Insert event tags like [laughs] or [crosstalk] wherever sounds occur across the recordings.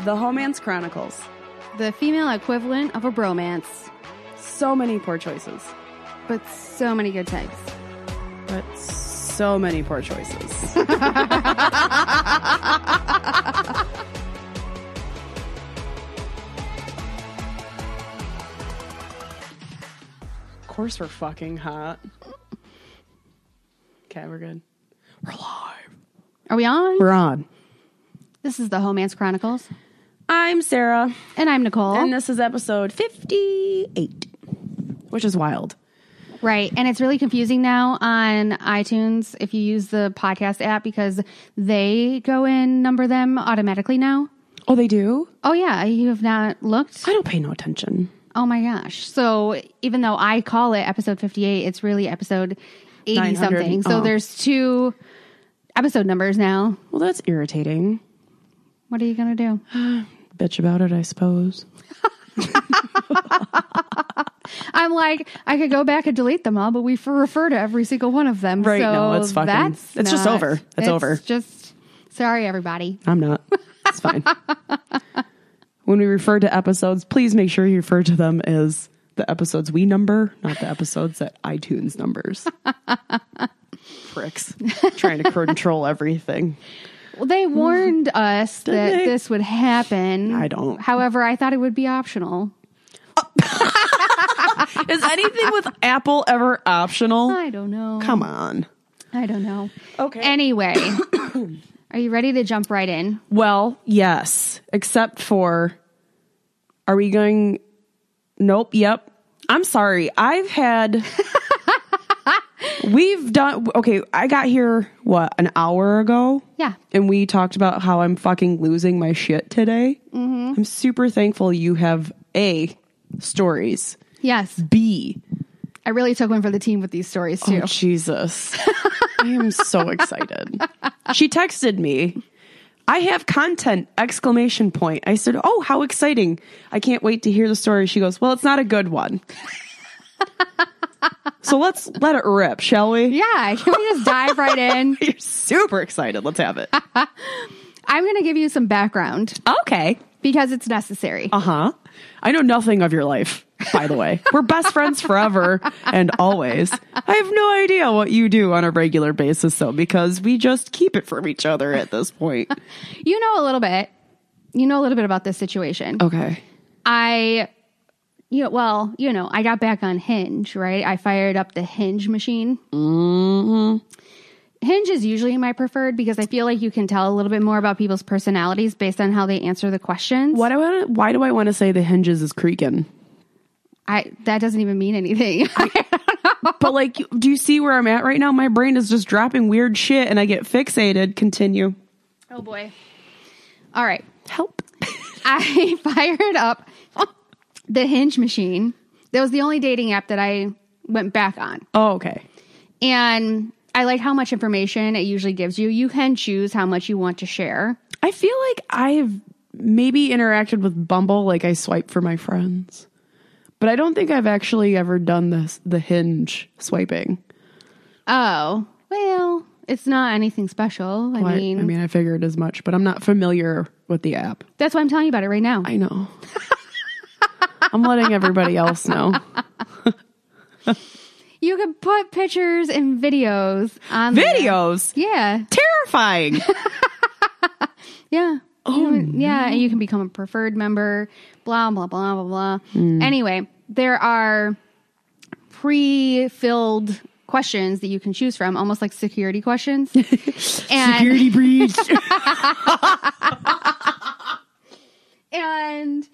The Homance Chronicles. The female equivalent of a bromance, So many poor choices, but so many good types. but so many poor choices. of course, we're fucking hot. Okay, we're good. We're live. Are we on? We're on. This is the Homance Chronicles, I'm Sarah, and I'm Nicole. and this is episode 58, which is wild. right, and it's really confusing now on iTunes if you use the podcast app because they go and number them automatically now. Oh, they do? Oh yeah, you have not looked. I don't pay no attention. Oh my gosh! So even though I call it episode fifty-eight, it's really episode eighty 900. something. So Oh. there's two episode numbers now. Well, that's irritating. What are you gonna do? Bitch about it, I suppose. I'm like, I could go back and delete them all, but we f- refer to every single one of them. Right, So no, it's fucking- That's it's just not- over. It's over. Just sorry, everybody. I'm not. It's [laughs] fine. when we refer to episodes, please make sure you refer to them as the episodes we number, not the episodes that iTunes numbers. [laughs] Pricks. Trying to control everything. Well, they warned us that they? this would happen. I don't. However, I thought it would be optional. Is anything with Apple ever optional? I don't know. Come on. I don't know. Okay. [coughs] Anyway, are you ready to jump right in? Well, yes, except for are we going Nope, yep. I'm sorry. I've had We've done Okay, I got here what an hour ago. Yeah. And we talked about how I'm fucking losing my shit today. I'm super thankful you have A stories. Yes, B. I really took one for the team with these stories too. Oh, Jesus. I am so excited. She texted me. I have content exclamation point. I said, "Oh, how exciting. I can't wait to hear the story." She goes, "Well, it's not a good one." so let's let it rip, shall we? yeah, can we just dive [laughs] right in? You're super excited. Let's have it. I'm going to give you some background okay. because it's necessary. Uh-huh. I know nothing of your life, by the way. We're best friends forever and always. I have no idea what you do on a regular basis though because we just keep it from each other at this point. You know a little bit. You know a little bit about this situation. Okay. I, you know, well, you know, I got back on Hinge, right? I fired up the Hinge machine. Mm-hmm. Hinge is usually my preferred because I feel like you can tell a little bit more about people's personalities based on how they answer the questions. What do I wanna, why do I want to say the hinges is creaking? I that doesn't even mean [laughs] anything. But like you- do you see where I'm at right now? My brain is just dropping weird shit and I get fixated. Continue. oh boy! All right, Help. I [laughs] fired up the Hinge machine. That was the only dating app that I went back on. [laughs] Oh, okay. And I like how much information it usually gives you. You can choose how much you want to share. I feel like I've maybe interacted with Bumble, like I swipe for my friends, but I don't think I've actually ever done this the Hinge swiping. Oh, well, it's not anything special. I Well, I, mean, I mean, I figured as much, but I'm not familiar with the app. that's why I'm telling you about it right now. I know. [laughs] I'm letting everybody else [laughs] know. you can put pictures and videos on there. Videos, Yeah, terrifying. yeah. Oh, yeah, and you can become a preferred member, blah, blah, blah, blah, blah. Hmm. Anyway, there are pre filled questions that you can choose from, almost like security questions. [laughs] and Security [laughs] breach. and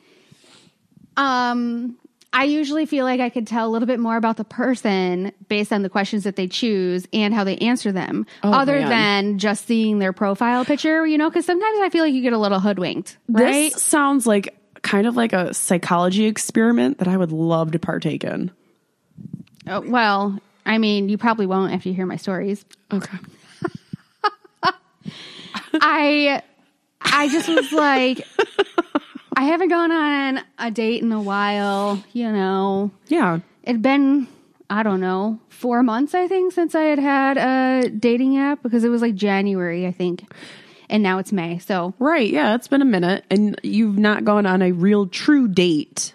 um I usually feel like I could tell a little bit more about the person based on the questions that they choose and how they answer them, other Oh, man. than just seeing their profile picture, you know, because sometimes I feel like you get a little hoodwinked, right? This sounds like kind of like a psychology experiment that I would love to partake in. Uh, well, I mean, you probably won't after you hear [laughs] my stories. Okay. I I just was like, I haven't gone on a date in a while, you know. Yeah. it'd been i don't know four months i think since i had had a dating app because it was like january i think and now it's May. So Right. Yeah, it's been a minute and you've not gone on a real true date.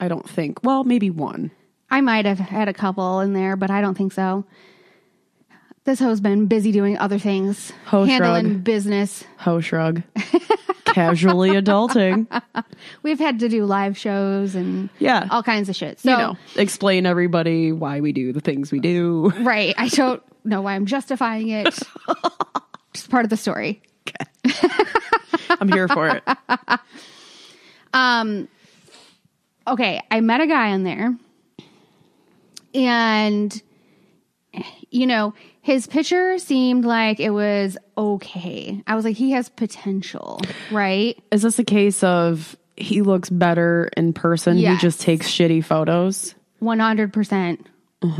I don't think. Well, maybe one. I might have had a couple in there, but I don't think so. This hoe's been busy doing other things, Hoe handling shrug. business. Ho [laughs] shrug. Casually adulting. We've had to do live shows and Yeah. all kinds of shit. So you [laughs] know, explain everybody why we do the things we do. right, I don't know why I'm [laughs] justifying it. Just part of the story. I'm here for it. Um, okay, I met a guy on there, and you know his picture seemed like it was okay. I was like, he has potential, right? [laughs] Is this a case of he looks better in person? Yes. He just takes shitty photos. One hundred percent.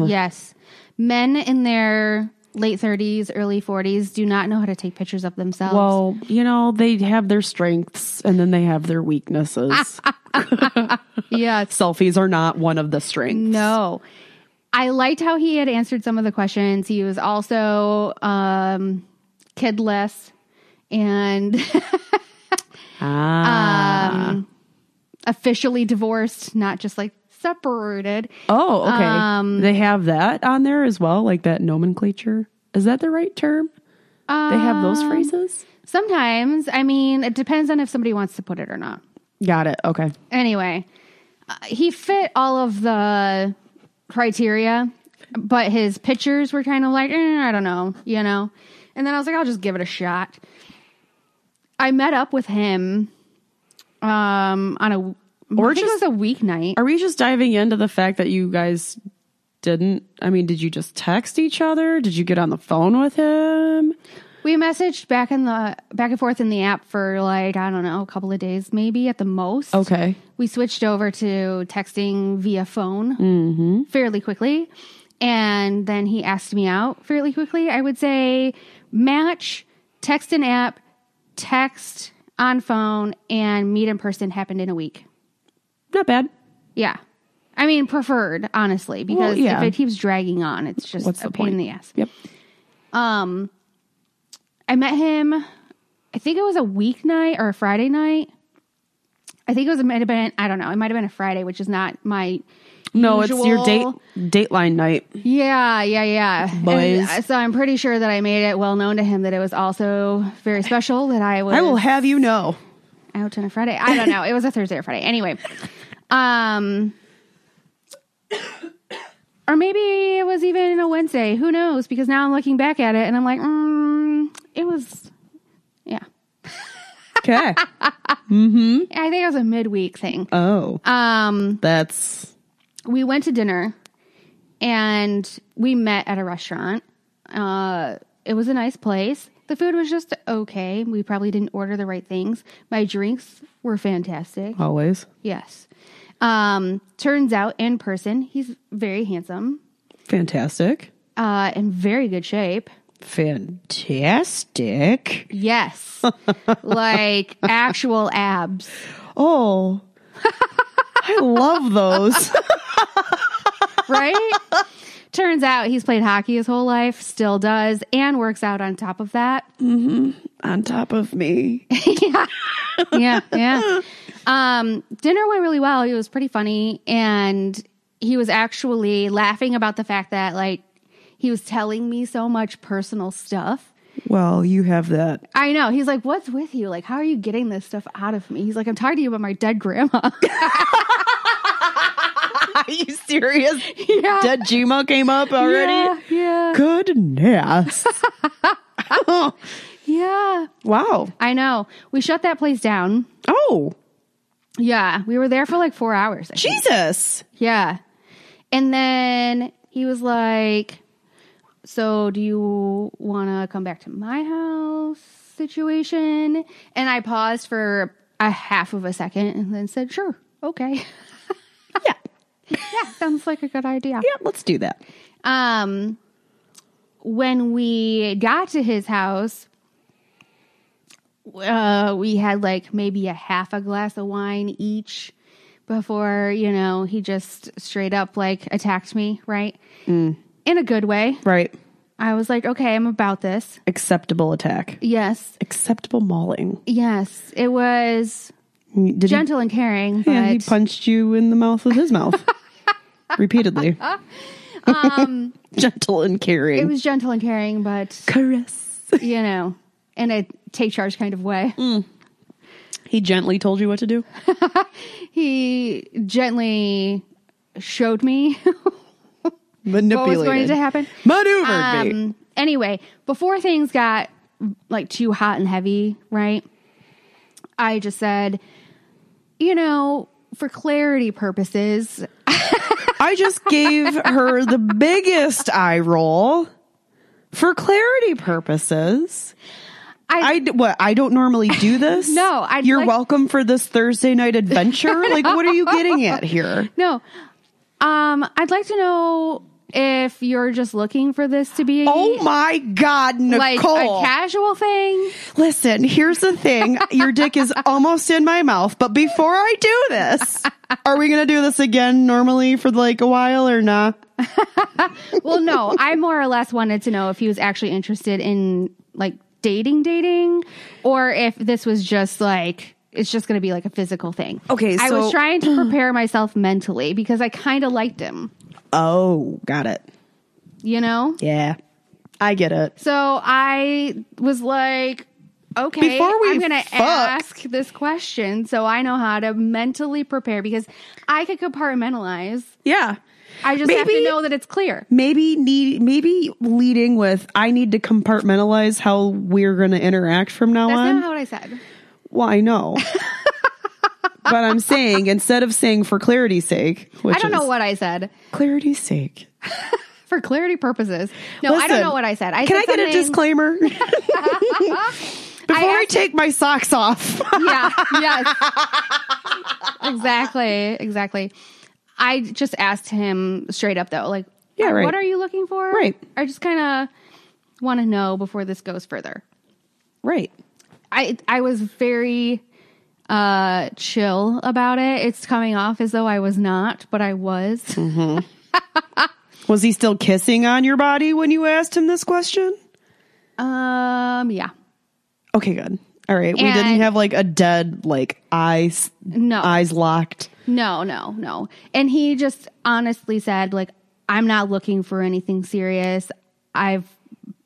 Yes, men in their late thirties, early forties do not know how to take pictures of themselves. Well, you know, they have their strengths and then they have their [laughs] weaknesses. yes, Selfies are not one of the strengths. No. I liked how he had answered some of the questions. He was also um, kidless and [laughs] um, Ah. officially divorced, not just like separated. oh, okay. Um, they have that on there as well, like that nomenclature. Is that the right term? they have those Um, phrases? Sometimes, I mean, it depends on if somebody wants to put it or not. Got it. Okay. Anyway, uh, he fit all of the criteria, but his pictures were kind of like, eh, I don't know, you know? And then I was like, I'll just give it a shot. I met up with him um, on a, Or or I think just- it was a weeknight. Are we just diving into the fact that you guys didn't? I mean, did you just text each other? Did you get on the phone with him? We messaged back in the back and forth in the app for like, I don't know, a couple of days maybe at the most. Okay. we switched over to texting via phone fairly quickly. And then he asked me out fairly quickly. I would say match, text an app, text on phone, and meet in person happened in a week. Not bad. Yeah. I mean, preferred, honestly, because yeah. if it keeps dragging on, it's just What's a the pain in point? the ass. Yep. Um, I met him. I think it was a weeknight or a Friday night. I think it was it might have been I don't know. It might have been a Friday, which is not my. No, it's your usual- date dateline night. Yeah, yeah, yeah. And Boys. I- so I'm pretty sure that I made it well known to him that it was also very special that I was I will have you [laughs] know. out on a Friday. I don't know. It was a Thursday or Friday. Anyway, um, or maybe it was even a Wednesday. Who knows? Because now I'm looking back at it and I'm like, mm, it was, yeah. Okay. I think it was a midweek thing. oh, Um, that's we went to dinner and we met at a restaurant. Uh, it was a nice place. The food was just okay. We probably didn't order the right things. My drinks were fantastic. always. Yes. Um, turns out in person, he's very handsome Fantastic. uh, in very good shape. Fantastic. Yes. like actual abs. Oh, [laughs] I love those. [laughs] Right? turns out he's played hockey his whole life, still does, and works out on top of that. on top of me. yeah, yeah. Um, dinner went really well. He was pretty funny, and he was actually laughing about the fact that like he was telling me so much personal stuff. Well, you have that. I know. He's like, "What's with you? Like, how are you getting this stuff out of me?" He's like, "I'm talking to you about my dead grandma." [laughs] [laughs] Are you [laughs] serious? yeah, Dead Gmo came up already. Yeah, yeah, [laughs] Goodness. yeah. wow. I know. We shut that place down. Oh, Yeah, we were there for like four hours. I think. Jesus. Yeah. And then he was like, So do you want to come back to my house situation? And I paused for a half of a second and then said, Sure. Okay. [laughs] Yeah. yeah. Sounds like a good idea. Yeah, let's do that. Um, when we got to his house, uh, we had like maybe a half a glass of wine each before, you know, Mm. he just straight up like attacked me, right? In a good way. Right. I was like, okay, I'm about this. Acceptable attack. Yes. Acceptable mauling. Yes. It was Did he, gentle and caring, but yeah, he punched you in the mouth with his [laughs] mouth repeatedly. Um, [laughs] Gentle and caring. Um, it was gentle and [laughs] caring, but Caress. you know, in a take charge kind of way. Mm. He gently told you what to do. He gently showed me what Manipulated. was going to happen. Maneuvered me. Um, anyway, before things got like too hot and heavy, right? I just said, you know, for clarity purposes, I just gave her the biggest eye roll for clarity purposes. I- I d- what I don't normally [laughs] do this. No, I'd you're like- welcome for this Thursday [laughs] night adventure. like, what are you getting at here? no. Um, I'd like to know if you're just looking for this to be Oh my God, Nicole! like a casual thing. Listen, here's the thing. Your dick is almost in my mouth, but before I do [laughs] this, are we gonna do this again normally for like a while or nah? Well, no, I more or less wanted to know if he was actually interested in like dating, dating, or if this was just like it's just going to be like a physical thing. Okay, I so- [clears throat] was trying to prepare myself mentally because I kind of liked him, Oh, got it. you know. Yeah. I get it. So I was like, okay, Before we I'm going to fuck. ask this question so I know how to mentally prepare because I could compartmentalize. Yeah. I just have to Maybe- know that it's clear. maybe need maybe leading with I need to compartmentalize how we're going to interact from now That's on. not what I said. well, I know. [laughs] but I'm saying instead of saying for clarity's sake, which I don't is know what I said. clarity's sake. for clarity purposes. No, I don't Listen, know what I said. I Can I said get a something- disclaimer [laughs] [laughs] before I, asked- take my socks off? [laughs] Yeah, yes, exactly, exactly. I just asked him straight up though, like, Yeah, right. what are you looking for? Right. I just kind of want to know before this goes further. right. I I was very uh chill about it. It's coming off as though I was not, but I was. Mm. Was he still kissing on your body when you asked him this question? Um, yeah. Okay, good. All right. we And- didn't have like a dead like eyes No. eyes locked. No, no, no. And he just honestly said, like, I'm not looking for anything serious. I've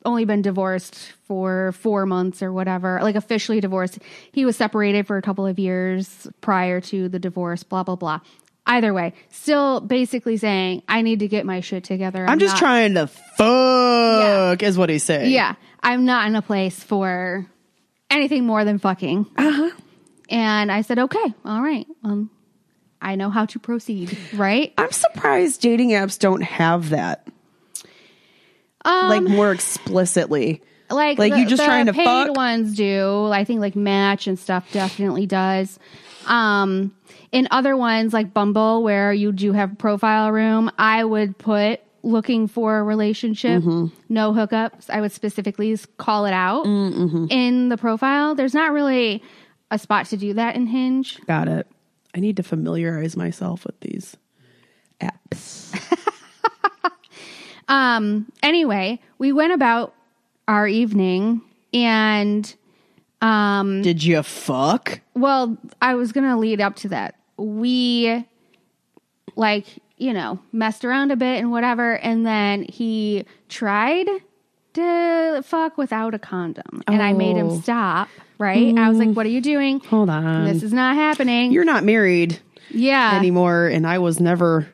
only been divorced for four months or whatever, like officially divorced. He was separated for a couple of years prior to the divorce, blah, blah, blah. Either way, still basically saying, I need to get my shit together. I'm just not- trying to fuck, is what he's saying. Yeah. I'm not in a place for anything more than fucking. Uh-huh. And I said, okay, all right. Um, I know how to proceed, right? I'm surprised dating apps don't have that Um, like more explicitly. like Like, the, you just the trying to paid fuck? ones do i think like match and stuff definitely does um in other ones like bumble where you do have profile room i would put looking for a relationship Mm-hmm. no hookups i would specifically s- call it out Mm, mm-hmm. in the profile there's not really a spot to do that in hinge Got it. I need to familiarize myself with these apps. Um, anyway, we went about our evening and um Did you fuck? Well, I was going to lead up to that. We, like, you know, messed around a bit and whatever. And then he tried to fuck without a condom. And I made Oh. him stop, right? I was like, what are you doing? Hold on. This is not happening. You're not married yeah. anymore, and I was never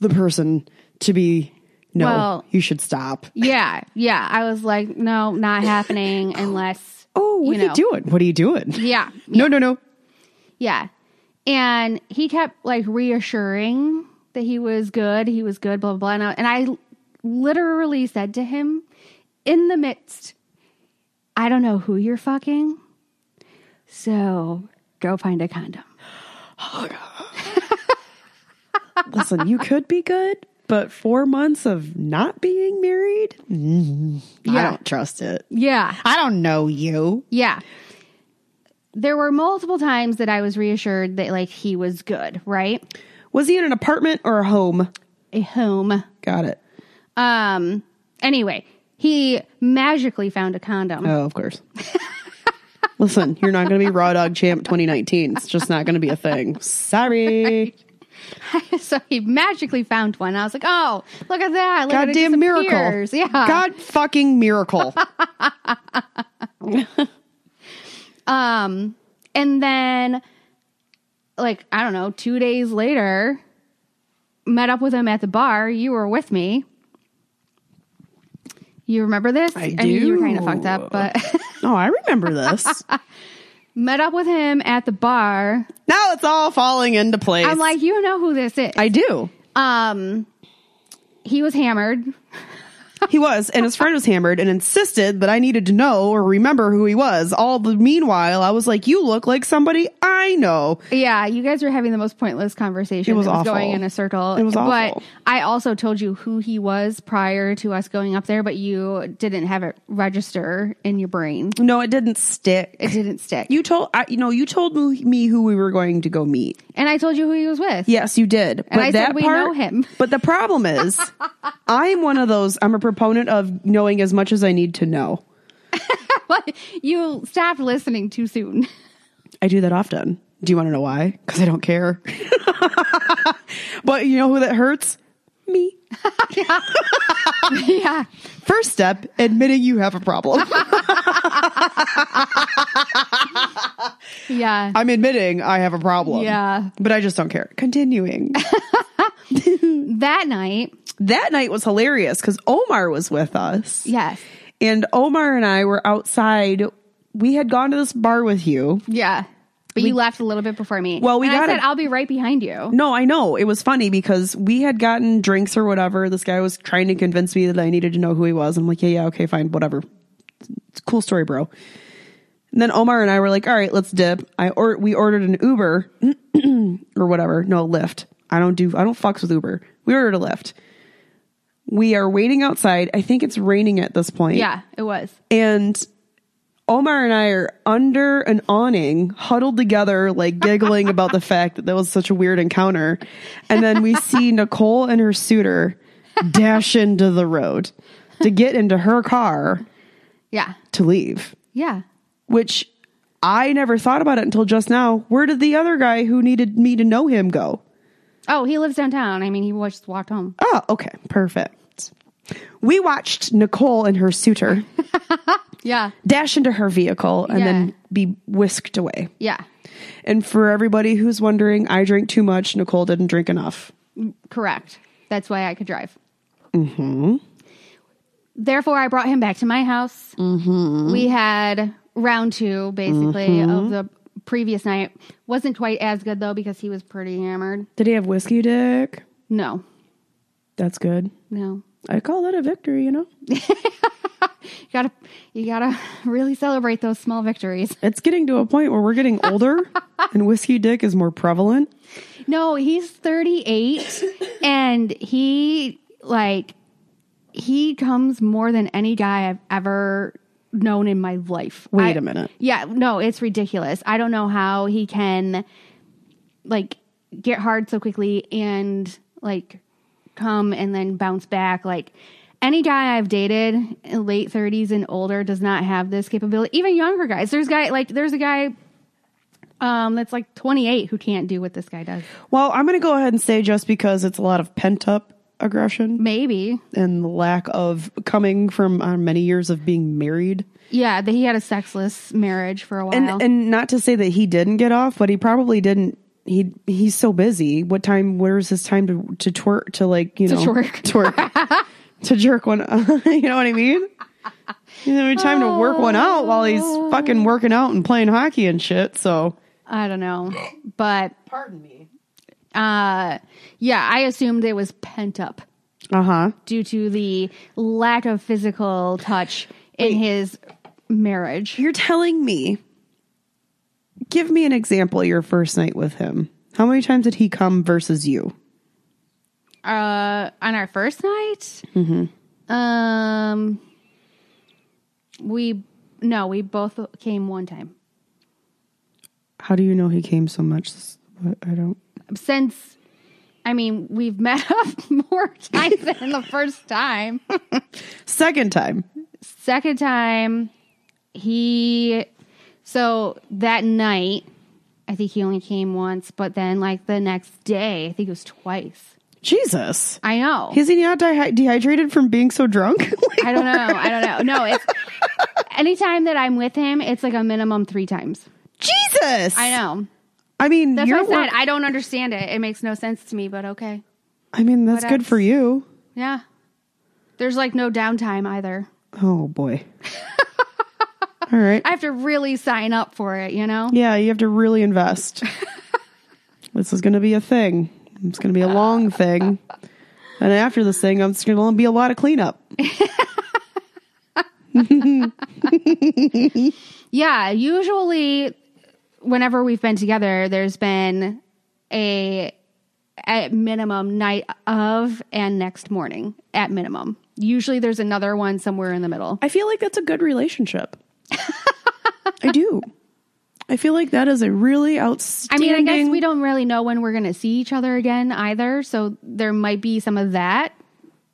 the person to be. No, Well- you should stop. yeah. Yeah. I was like, no, [laughs] not happening unless. Oh, what you are know. you doing? What are you doing? Yeah. No, no, no. Yeah. And he kept like reassuring that he was good, he was good, blah, blah, blah. And I, and I literally said to him in the midst, I don't know who you're fucking. So go find a condom. Listen, you could be good, but four months of not being married, Mm, I Yeah. don't trust it. Yeah. I don't know you. Yeah. There were multiple times that I was reassured that like he was good, right? Was he in an apartment or a home? A home. Got it. Um, Anyway, he magically found a condom. Oh, of [laughs] course. Listen, you're not going to be Raw Dog Champ 2019. It's just not going to be a thing. Sorry. [laughs] so he magically found one. I was like, oh, look at that. Look at it Goddamn miracle. disappears. Yeah. God fucking [laughs] miracle. Um, and then, like, I don't know, two days later, met up with him at the bar. You were with me. You remember this? I mean, you were kind of do. fucked up, but [laughs] oh, I remember this. met up with him at the bar. [laughs] Now it's all falling into place. I'm like, you know who this is. I do. um, he was hammered. He was, and his friend was hammered and insisted that I needed to know or remember who he was. All the meanwhile, I was like, "You look like somebody I know." Yeah, you guys were having the most pointless conversation. It was awful. going in a circle. It was awful. But I also told you who he was prior to us going up there, but you didn't have it register in your brain. No, it didn't stick. It didn't stick. you told I, you know you told me who we were going to go meet. and I told you who he was with. Yes, you did. I said we know him. [laughs] But the problem is, I'm one of those. I'm a proponent of knowing as much as I need to know. But you stopped listening too soon. [laughs] I do that often. Do you want to know why? Because I don't care. [laughs] but you know who that hurts? Me. yeah. First step, admitting you have a [laughs] problem. Yeah. I'm admitting I have a problem. Yeah. But I just don't care. [laughs] Continuing. that night. that night was hilarious because Omar was with us. Yes. And Omar and I were outside. We had gone to this bar with you. Yeah. But you left a little bit before me. Well, we and I gotta- said I'll be right behind you. No, I know. It was funny because we had gotten drinks or whatever. This guy was trying to convince me that I needed to know who he was. I'm like, yeah, yeah, okay, fine, whatever. It's a cool story, bro. And then Omar and I were like, all right, let's dip. I or we ordered an Uber [clears throat] or whatever. No, Lyft. I don't do I don't fucks with Uber. We ordered a Lyft. We are waiting outside. I think it's raining at this point. Yeah, it was. And Omar and I are under an awning, huddled together, like giggling about the fact that that was such a weird encounter. And then we see Nicole and her suitor dash into the road to get into her car Yeah. to leave, Yeah. which I never thought about it until just now. Where did the other guy who needed me to know him go? Oh, he lives downtown. I mean, he just walked home. Oh, okay. Perfect. We watched Nicole and her suitor Yeah. dash into her vehicle and Yeah. then be whisked away. Yeah. And for everybody who's wondering, I drink too much. Nicole didn't drink enough. Correct. That's why I could drive. Mm-hmm. Therefore, I brought him back to my house. Mm-hmm. We had round two, basically, of the previous night. Wasn't quite as good, though, because he was pretty hammered. Did he have whiskey dick? No, That's good. no. I call that a victory, you know? You gotta, you gotta [laughs] really celebrate those small victories. It's getting to a point where we're getting [laughs] older and whiskey dick is more prevalent. No, [laughs] he's 38 and he like he comes more than any guy I've ever known in my life. Wait a a minute. Yeah, no, it's ridiculous. I don't know how he can like get hard so quickly and like come and then bounce back like any guy I've dated in late 30s and older does not have this capability. Even younger guys. There's guy like there's a guy um that's like 28 who can't do what this guy does. Well, I'm going to go ahead and say just because it's a lot of pent up aggression Maybe. and the lack of coming from uh, many years of being married. Yeah, that he had a sexless marriage for a while. And and not to say that he didn't get off, but he probably didn't. He he's so busy. What time? Where's his time to to twerk? To like you To know twerk. [laughs] twerk, to jerk one. [laughs] you know what I mean? He doesn't have time to work one out while he's Oh. fucking working out and playing hockey and shit. So I don't know. But pardon me. uh yeah, I assumed it was pent up Uh huh. due to the lack of physical touch in his marriage. You're telling me. Give me an example. of Your first night with him. How many times did he come versus you? Uh on our first night? Um we no, we both came one time. How do you know he came so much? This- I don't. Since I mean, we've [laughs] met up more times than the first time. Second time. Second time, he. So that night, I think he only came once, but then like the next day, I think it was twice. Jesus. I [laughs] know. Is he not dehy- dehydrated from being so drunk? [laughs] Like, I don't know. I don't know. No, it's [laughs] anytime that I'm with him, it's like a minimum three times. Jesus. I know. I mean, That's your what I said. work- I don't understand it. It makes no sense to me, but okay. I mean, that's What good else? for you. Yeah. There's like no downtime either. Oh [laughs] boy. All right. I have to really sign up for it, you know? Yeah, you have to really [laughs] invest. this is going to be a thing. It's going to be a long thing. And after this thing, I'm just going to be a lot of cleanup. Yeah, usually whenever we've been together, there's been a at minimum night of and next morning at minimum. Usually there's another one somewhere in the middle. I feel like that's a good relationship. I do. I feel like that is a really I outstanding. mean, I guess we don't really know when we're going to see each other again either, so there might be some of that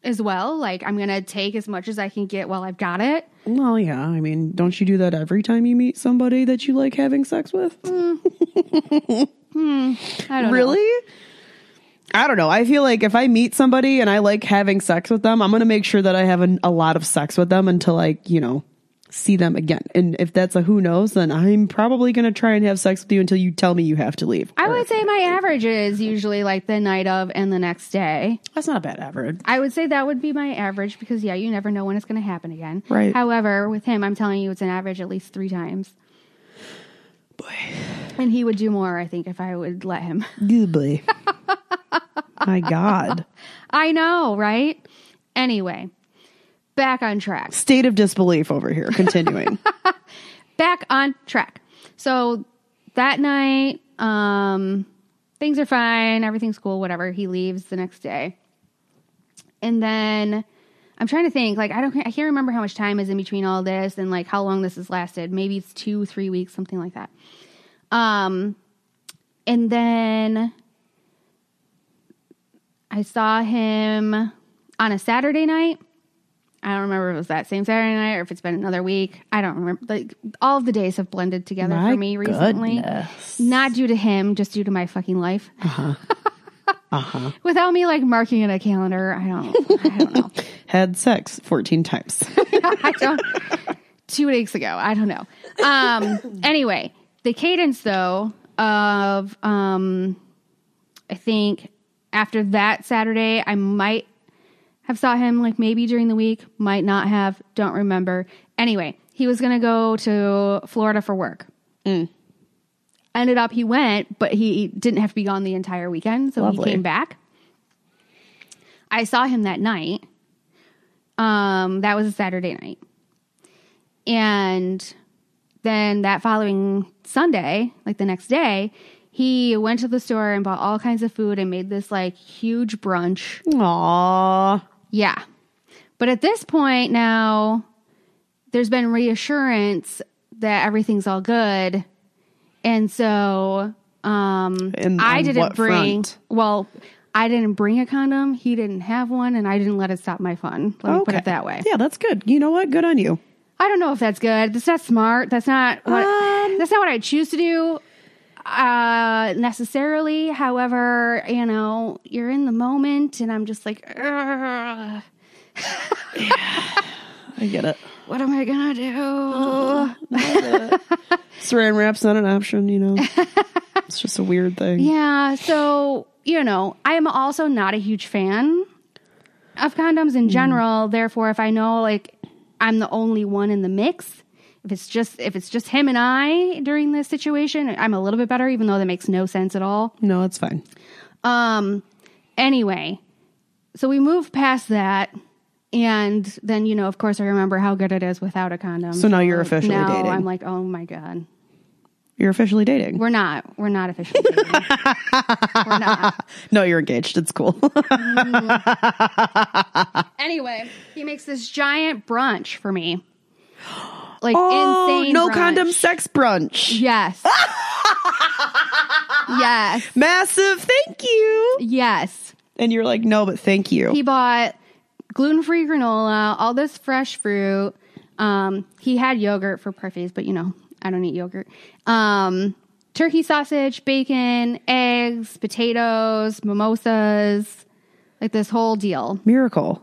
as well. Like I'm going to take as much as I can get while I've got it. Well, yeah. I mean, don't you do that every time you meet somebody that you like having sex with? I don't know. Really? I don't know. I feel like if I meet somebody and I like having sex with them, I'm going to make sure that I have an, a lot of sex with them until I, you know, see them again. And if that's a who knows, then I'm probably going to try and have sex with you until you tell me you have to leave. I Or- would say my average is usually like the night of and the next day. That's not a bad average. I would say that would be my average because yeah, you never know when it's going to happen again. Right. However, with him, I'm telling you, it's an average at least three times, Boy. and he would do more. I think if I would let him. [laughs] Good boy. My God. I know, right? Anyway, back on track. State of disbelief over here. [laughs] Continuing. back on track. So that night, um, things are fine, everything's cool, whatever. He leaves the next day, and then I'm trying to think. Like I don't, I can't remember how much time is in between all this and like how long this has lasted. Maybe it's two, three weeks, something like that. Um, and then I saw him on a Saturday night. I don't remember if it was that same Saturday night or if it's been another week. I don't remember. Like all of the days have blended together My for me recently. goodness. Not due to him, just due to my fucking life. Uh-huh. [laughs] uh-huh. Without me like marking in a calendar, I don't I don't know. Had sex 14 times. I don't two weeks ago. I don't know. Um anyway, the cadence though of um I think after that Saturday I might have saw him like maybe during the week, might not have, don't remember. Anyway, he was gonna go to Florida for work. Ended up he went, but he didn't have to be gone the entire weekend, so Lovely. he came back. I saw him that night. Um, that was a Saturday night. And then that following Sunday, like the next day, he went to the store and bought all kinds of food and made this like huge brunch. Aww. Yeah. But at this point now, there's been reassurance that everything's all good. And so um And I on didn't what bring front? well, I didn't bring a condom, he didn't have one, and I didn't let it stop my fun. Let me put it that way. Yeah, that's good. You know what? Good on you. I don't know if that's good. That's not smart. That's not what Um, that's not what I choose to do uh necessarily. However, you know, you're in the moment and I'm just like "Ugh, I get it. what am I going to do? Saran wrap's not an option, you [laughs] know. it's just a weird thing. Yeah, so, you know, I am also not a huge fan of condoms in general. Therefore, if I know like I'm the only one in the mix, if it's just if it's just him and I during this situation, I'm a little bit better even though that makes no sense at all. No, it's fine. Um, anyway, so we move past that. And then, you know, of course, I remember how good it is without a condom. So now you're officially now dating. I'm like, oh my God. You're officially dating. We're not. We're not officially [laughs] dating. we're not. No, you're engaged. It's cool. [laughs] Anyway, he makes this giant brunch for me. [gasps] Like oh, insane. no [laughs] brunch. condom sex brunch. Yes. yes. Massive thank you. Yes. And you're like, no, but thank you. He bought gluten free granola, all this fresh fruit. Um, he had yogurt for parfaits, but you know, I don't eat yogurt. Um, turkey sausage, bacon, eggs, potatoes, mimosas, like this whole deal. [laughs] miracle.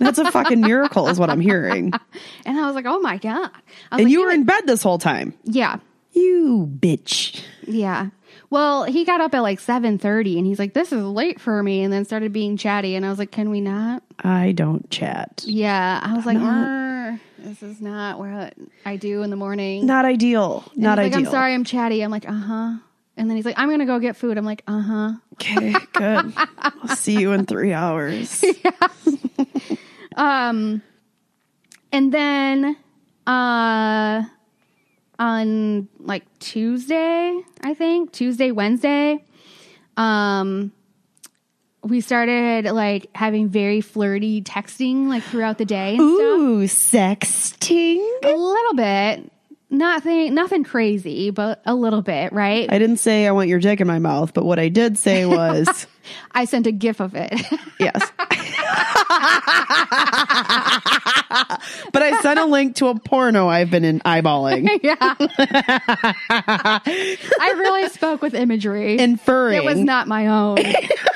That's a fucking miracle, is what I'm hearing. And I was like, oh my God. I was And like, you were in bed this whole time. yeah. You bitch. Yeah. Well, he got up at like 7:30 and he's like this is late for me and then started being chatty and I was like can we not? I don't chat. Yeah. I was like "Arr, this is not what I do in the morning. Not ideal. And Not he's ideal. Like, I'm sorry, I'm chatty. I'm like, uh huh. And then he's like, I'm gonna go get food. I'm like, uh huh. Okay, [laughs] good. I'll see you in three hours. And then uh on like Tuesday, I think, Tuesday, Wednesday, um we started like having very flirty texting like throughout the day and stuff. Ooh, sexting. A little bit. Nothing nothing crazy, but a little bit, right? I didn't say I want your dick in my mouth, but what I did say [laughs] was I sent a gif of it. [laughs] yes. but I sent a link to a porno I've been in [laughs] eyeballing, yeah. I really spoke with imagery. inferring. It was not my own. it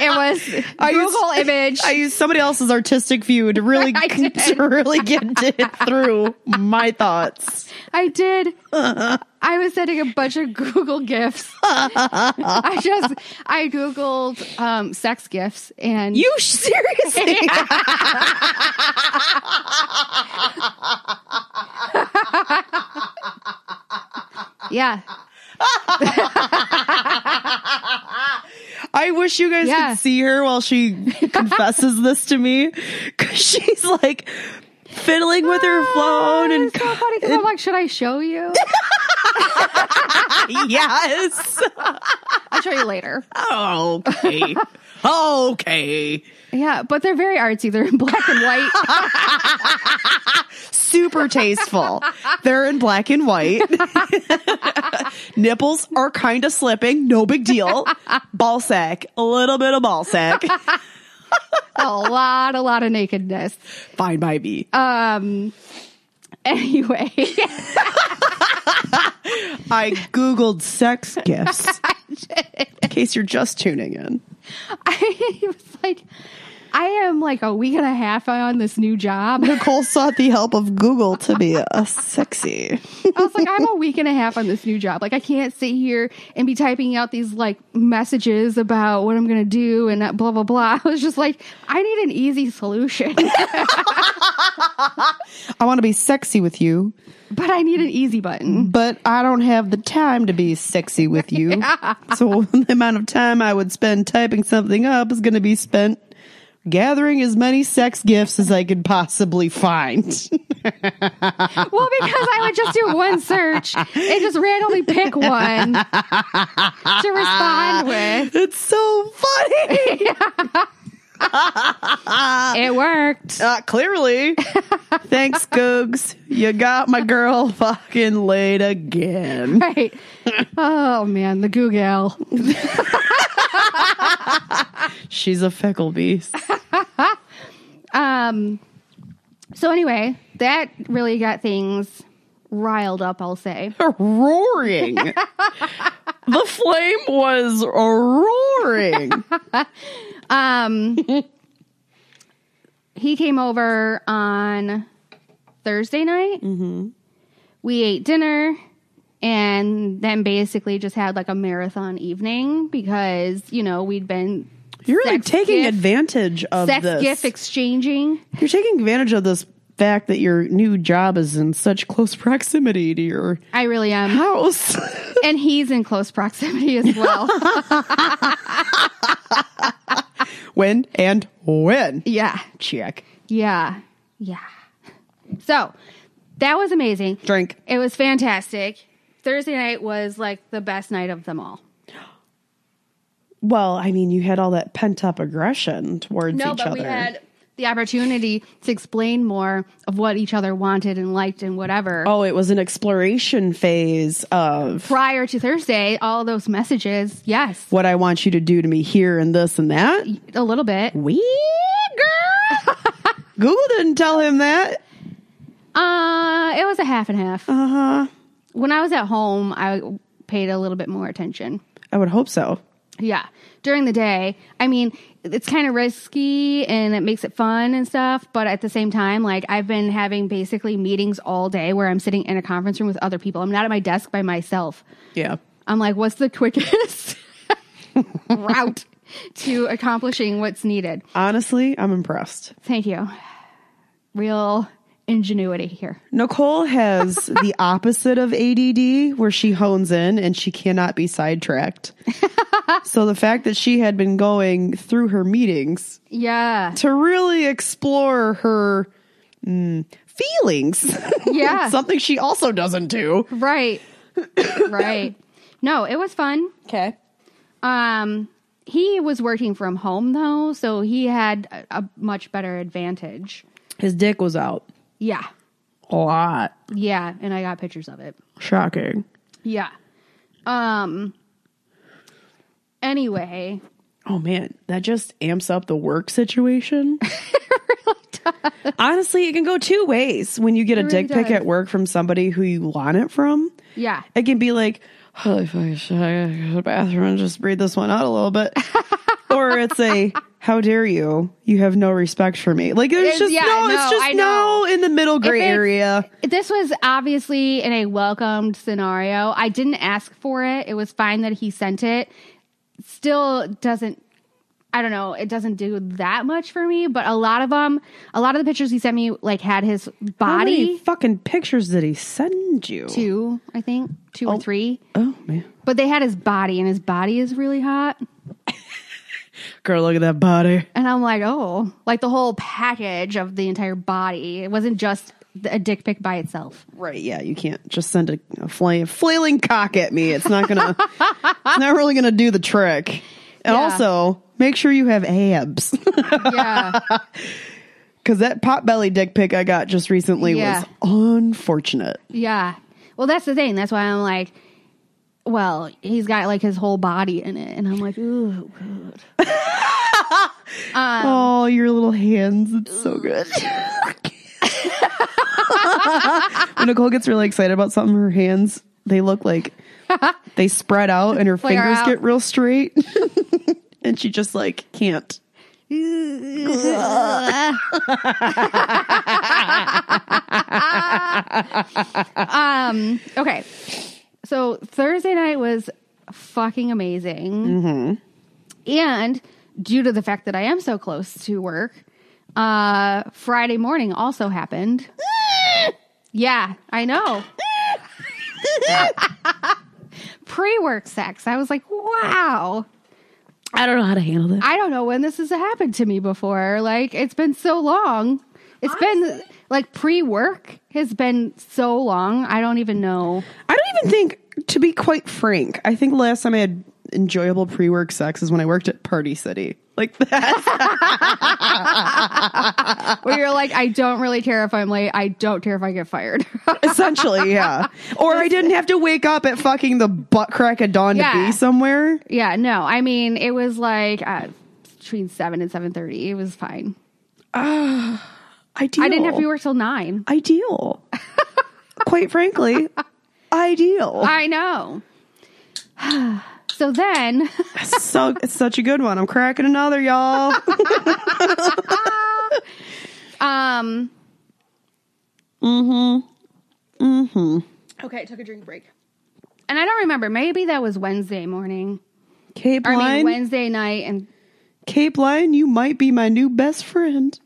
was [laughs] I Google used- image. I used somebody else's artistic view to [laughs] really I did. [laughs] to really get it through my thoughts. I did. I was sending a bunch of Google gifs. I just I googled um, sex gifs and [laughs] You seriously? [laughs] yeah I wish you guys Yeah. could see her while she confesses this to me because she's like fiddling with her phone It and [laughs] was [laughs] so funny 'cause I'm like, should I show you? yes. I'll show you later. Okay. Okay. Yeah, but they're very artsy. They're in black and white. Super tasteful. They're in black and white. [laughs] Nipples are kind of slipping. No big deal. Ball sack. A little bit of ball sack. a lot, a lot of nakedness. Fine by me. Um. Anyway, [laughs] I Googled sex gifts. In case you're just tuning in. I was like, I am like a week and a half on this new job. Nicole sought the help of Google to be a sexy. I was like, I'm a week and a half on this new job. Like, I can't sit here and be typing out these like messages about what I'm gonna do and that blah blah blah. [laughs] I was just like, I need an easy solution, [laughs] I want to be sexy with you, but I need an easy button. but I don't have the time to be sexy with you. So [laughs] the amount of time I would spend typing something up is going to be spent gathering as many sex gifts as I could possibly find. [laughs] Well, because I would just do one search and just randomly pick one to respond with. it's so funny. It worked. [laughs] Uh, clearly. Thanks, Googs. You got my girl fucking late again. Right. Oh man, the Google. She's a fickle beast. Um, so anyway, that really got things riled up, I'll say. [laughs] roaring. the flame was roaring. Um, he came over on Thursday night. Mm-hmm. We ate dinner and then basically just had like a marathon evening because, you know, we'd been You're really Sex taking gift- advantage of sex this. gift exchanging. You're taking advantage of this fact that your new job is in such close proximity to your I [laughs] really am. house. and he's in close proximity as [laughs] well. when and when. yeah. Check. Yeah. Yeah. So that was amazing. Drink. It was fantastic. Thursday night was like the best night of them all. Well, I mean, you had all that pent up aggression towards No, each but other. we had the opportunity to explain more of what each other wanted and liked and whatever. Oh, it was an exploration phase of Prior to Thursday, all those messages, yes, what I want you to do to me here and this and that. a little bit. Weird girl. [laughs] Google didn't tell him that. Uh, it was a half and half. Uh huh. When I was at home, I paid a little bit more attention. I would hope so. Yeah. During the day, I mean, it's kind of risky and it makes it fun and stuff, but at the same time, like I've been having basically meetings all day where I'm sitting in a conference room with other people. I'm not at my desk by myself. Yeah. I'm like, what's the quickest route to accomplishing what's needed? Honestly, I'm impressed. Thank you. Real ingenuity here. Nicole [laughs] has the opposite of ADD, where she hones in and she cannot be [laughs] sidetracked. so the fact that she had been going through her meetings Yeah. to really explore her mm, feelings, [laughs] Yeah. something she also doesn't do. Right. [coughs] right. No, it was fun. Okay. Um, he was working from home though, so he had a, a much better advantage. His dick was out Yeah, a lot. yeah, and I got pictures of it. Shocking. Yeah. Um. Anyway, Oh man, that just amps up the work [laughs] situation. Honestly, it can go two ways when you get a really dick pic does. at work from somebody who you want it from. yeah, It can be like, holy fuck, shit, I gotta go to the bathroom and just breathe this one out a little bit. [laughs] or it's a, how dare you? You have no respect for me. Like, there's It's- just yeah, no, no, it's I just know. no in the middle gray it's- area. this was obviously in a welcomed scenario. I didn't ask for it. It was fine that he sent it. Still doesn't. I don't know. It doesn't do that much for me, but a lot of them, a lot of the pictures he sent me, like had his How body. many fucking pictures did he send you? two, I think, two or three. Oh, man. But they had his body, and his body is really hot. Girl, look at that body. And I'm like, oh, like the whole package of the entire body. It wasn't just th- a dick pic [laughs] by itself. Right, yeah, you can't just send a, a fla- flailing cock at me. It's not [laughs] gonna, it's not really gonna do the trick. And Yeah. also, make sure you have abs. [laughs] Yeah, Because that pot belly dick pic I got just recently Yeah. was unfortunate. yeah. Well, that's the thing. That's why I'm like, well, he's got like his whole body in it, and I'm like, ooh, good. oh, your little hands. It's so good. [laughs] when Nicole gets really excited about something, her hands, they look like [laughs] they spread out and her Flare fingers out. get real straight. [laughs] and she just like can't. Um. Okay. So Thursday night was fucking amazing. And due to the fact that I am so close to work, uh, Friday morning also happened. yeah, I know. [laughs] Pre work sex. I was like, wow. I don't know how to handle that. I don't know when this has happened to me before. Like, it's been so long. It's been like pre work has been so long. I don't even know. I don't even think, to be quite frank, I think last time I had enjoyable pre work sex is when I worked at Party City. Like that. [laughs] where you're like, I don't really care if I'm late. I don't care if I get fired. [laughs] Essentially, yeah. Or I didn't have to wake up at fucking the butt crack of dawn to Yeah. be somewhere. yeah, no. I mean, it was like uh, between seven and seven thirty. It was fine. Ideal. I didn't have to work till nine. Ideal. [laughs] quite frankly, [laughs] ideal. I know. [sighs] so then, [laughs] so it's such a good one. I'm cracking another, [laughs] y'all. um. Mm-hmm. Mm-hmm. Okay, I took a drink break. And I don't remember. Maybe that was Wednesday morning. Cape Or I mean Line, Wednesday night and Cape Line, you might be my new best friend.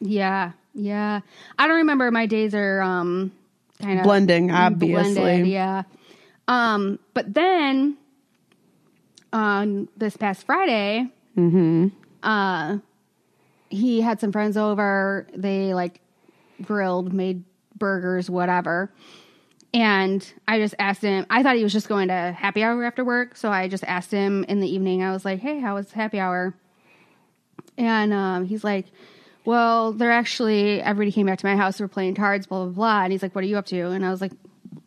Yeah, yeah. I don't remember. My days are um kind of Blending, obviously. yeah. Um, but then on this past Friday, uh, he had some friends over. They like grilled, made burgers, whatever. And I just asked him. I thought he was just going to happy hour after work, so I just asked him in the evening. I was like, "Hey, how was happy hour?" And um, he's like, well, they're actually, everybody came back to my house, we're playing cards, blah, blah, blah. And he's like, what are you up to? And I was like,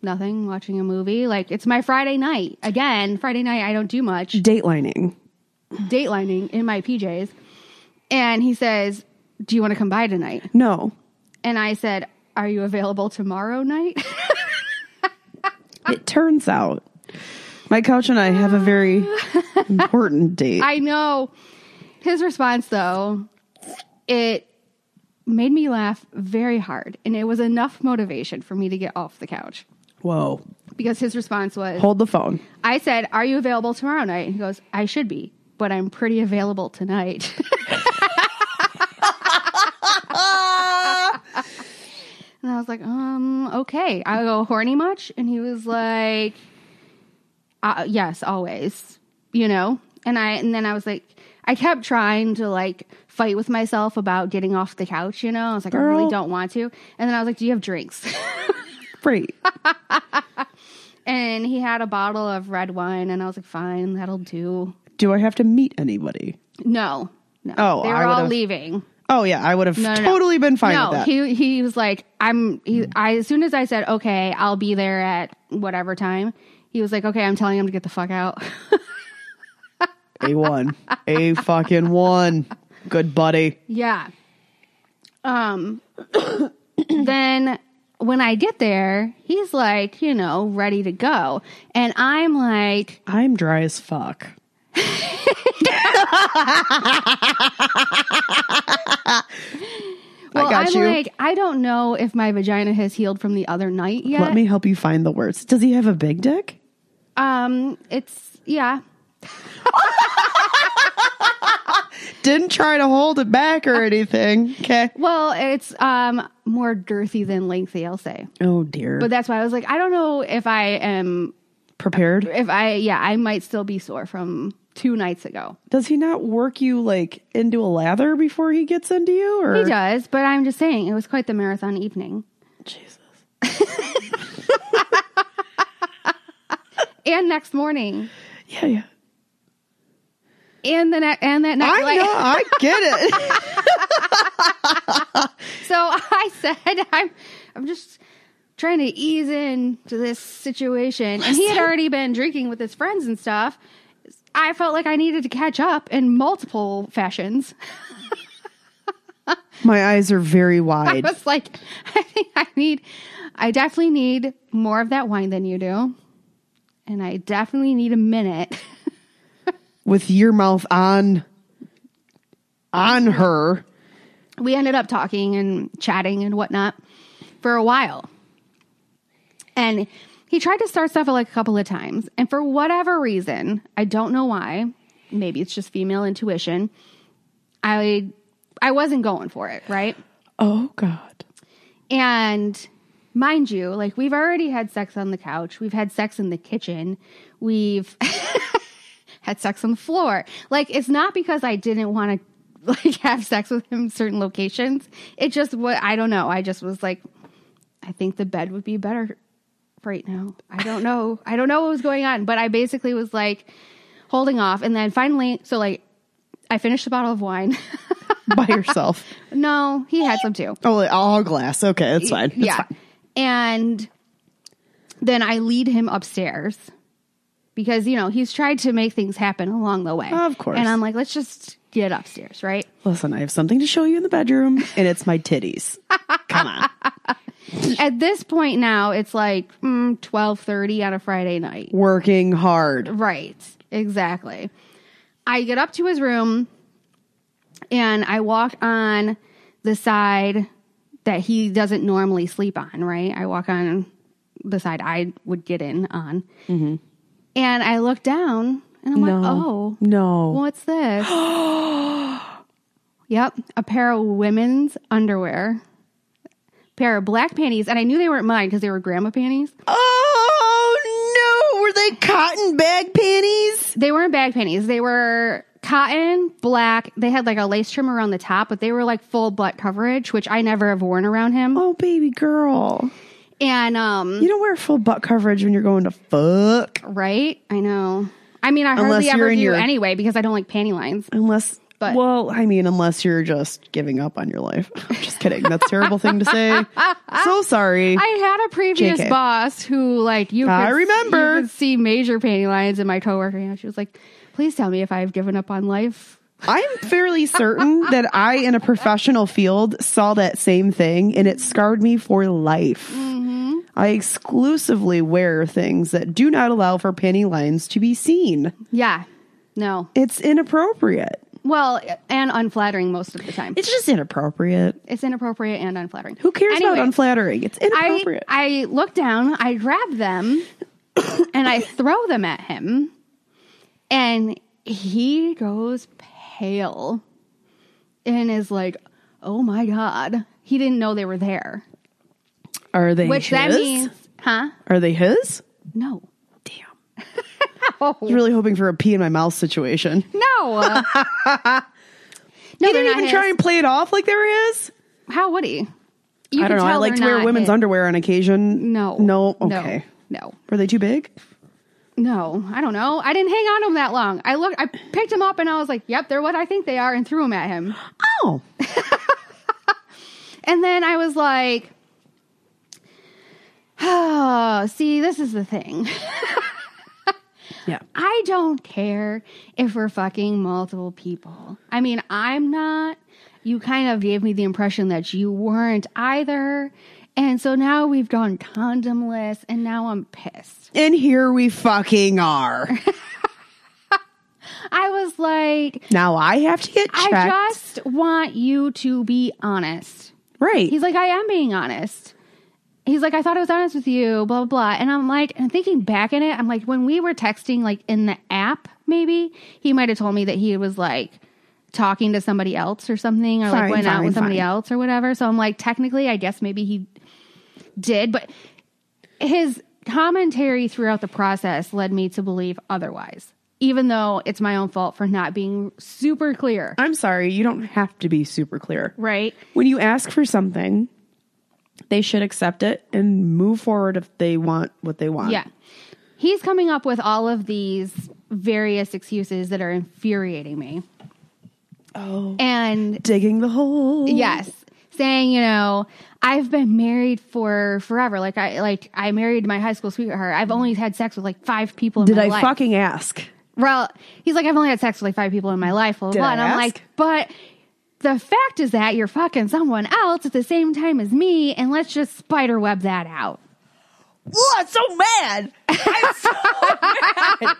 nothing, watching a movie. Like, it's my Friday night. Again, Friday night, I don't do much. Datelining. Datelining in my PJs. And he says, do you want to come by tonight? No. And I said, are you available tomorrow night? [laughs] It turns out my couch and I have a [laughs] very important date. I know. His response, though, it made me laugh very hard. And it was enough motivation for me to get off the couch Whoa. because his response was, Hold the phone. I said, Are you available tomorrow night? And he goes, I should be, but I'm pretty available tonight. [laughs] and I was like, Um, okay. I go, Horny much? And he was like, uh, Yes, always, you know? And I, and then I was like, I kept trying to like fight with myself about getting off the couch, you know? I was like, I Girl. really don't want to. And then I was like, Do you have drinks? [laughs] Great. and he had a bottle of red wine, and I was like, fine, that'll do. Do I have to meet anybody? No, no. Oh, they were I all would've- leaving. Oh yeah, I would have No, no, no. totally been fine No, with that. he he was like, I'm. He, I as soon as I said, okay, I'll be there at whatever time. He was like, okay, I'm telling him to get the fuck out. [laughs] a one, a fucking one. Good buddy. yeah. Um. [coughs] then when I get there, he's like, you know, ready to go, and I'm like, I'm dry as [laughs] fuck. well, got I'm you. like, I don't know if my vagina has healed from the other night yet. Let me help you find the words. Does he have a big dick? Um, it's yeah. Didn't try to hold it back or anything. Okay. Well, it's um more girthy than lengthy, I'll say. Oh dear. But that's why I was like, I don't know if I am Prepared. if I yeah, I might still be sore from two nights ago. Does he not work you like into a lather before he gets into you? Or He does, but I'm just saying it was quite the marathon evening. Jesus. And next morning. Yeah, yeah. And the ne- and that I night [laughs] like, know. I get it. [laughs] so I said [laughs] I'm I'm just trying to ease into this situation. And he had already been drinking with his friends and stuff. I felt like I needed to catch up in multiple fashions. My eyes are very I [laughs] wide. was like, I think I need, I definitely need more of that wine than you do. And I definitely need a minute. [laughs] with your mouth on on her. We ended up talking and chatting and whatnot for a while. And he tried to start stuff like a couple of times. And for whatever reason, I don't know why, maybe it's just female intuition, I, I wasn't going for it, right? Oh God. And mind you, like we've already had sex on the couch, we've had sex in the kitchen, we've had sex on the floor. Like it's not because I didn't want to [laughs] like have sex with him in certain locations. It just what I don't know. I just was like, I think the bed would be better right now. I don't know. I don't know what was going on, but I basically was like holding off and then finally so like I finished the bottle of wine. [laughs] By yourself. no, he had some too. oh, all glass. Okay, that's fine. That's yeah. fine. And then I lead him upstairs because, you know, he's tried to make things happen along the way. Of course. And I'm like, let's just get upstairs, right? Listen, I have something to show you in the bedroom, and it's my titties. Come [laughs] on. At this point now, it's like mm, 1230 on a Friday night. Working hard. Right. Exactly. I get up to his room and I walk on the side that he doesn't normally sleep on, right? I walk on the side I would get in on. And I look down and I'm like, oh, No. what's this? yep. A pair of women's underwear, pair of black panties. And I knew they weren't mine because they were grandma panties. Oh no. Were they cotton bag panties? They weren't bag panties. They were cotton, black. They had like a lace trim around the top, but they were like full butt coverage, which I never have worn around him. Oh baby girl. And um You don't wear full butt coverage when you're going to fuck. right? I know. I mean, I Unless hardly you're ever in do your- anyway because I don't like panty lines. Unless but Well, I mean, unless you're just giving up on your life. [laughs] I'm just kidding. That's a terrible thing to say. So sorry. I had a previous JK. boss who, like, you. Could, I remember. You could see major painting lines in my coworker, and she was like, "Please tell me if I've given up on life." I'm fairly certain that I, in a professional field, saw that same thing and it scarred me for life. I exclusively wear things that do not allow for panty lines to be seen. Yeah, no. It's inappropriate. Well, and unflattering most of the time. It's just inappropriate. It's inappropriate and unflattering. Who cares Anyway, about unflattering? It's I inappropriate. I look down, I grab them, [coughs] and I throw them at him, and he goes pale, and is like, "Oh my god." He didn't know they were there. Are they Which his? that means, huh? Are they his? No. Damn. I was No. really hoping for a pee in my mouth situation. No. [laughs] no he didn't even try and play it off like they were his. How would he? You I don't can know. I tell like they're to wear not women's his. underwear on occasion. No. No. Okay. No. Were they too big? No. No. I don't know. I didn't hang on to him that long. I looked I picked him up and I was like, "Yep, they're what I think they are," and threw him at him. Oh. And then I was like, [sighs] oh, see, this is the thing. [laughs] Yeah. I don't care if we're fucking multiple people. I mean, I'm not. You kind of gave me the impression that you weren't either. And so now we've gone condomless and now I'm pissed. And here we fucking [laughs] are. I was like, now I have to get checked. I just want you to be honest. right. He's like, I am being honest. He's like, I thought I was honest with you, blah, blah, blah. And I'm like, and thinking back in it, I'm like, when we were texting, like in the app, maybe, he might have told me that he was like talking to somebody else or something, or Fine, like went out fine, with somebody fine. else or whatever. So I'm like, technically, I guess maybe he did, but his commentary throughout the process led me to believe otherwise, even though it's my own fault for not being super clear, I'm sorry. You don't have to be super clear. right? When you ask for something, they should accept it and move forward if they want what they want. Yeah. He's coming up with all of these various excuses that are infuriating me. Oh. And Digging the hole. yes, saying, you know, I've been married for forever. Like I like I married my high school sweetheart. I've only had sex with like five people in Did my I life. fucking ask? well, he's like I've only had sex with like five people in my life. Blah, blah, Did blah. I and I'm ask? like, but the fact is that you're fucking someone else at the same time as me, and let's just spider web that out. Oh, I'm so mad. I'm so mad.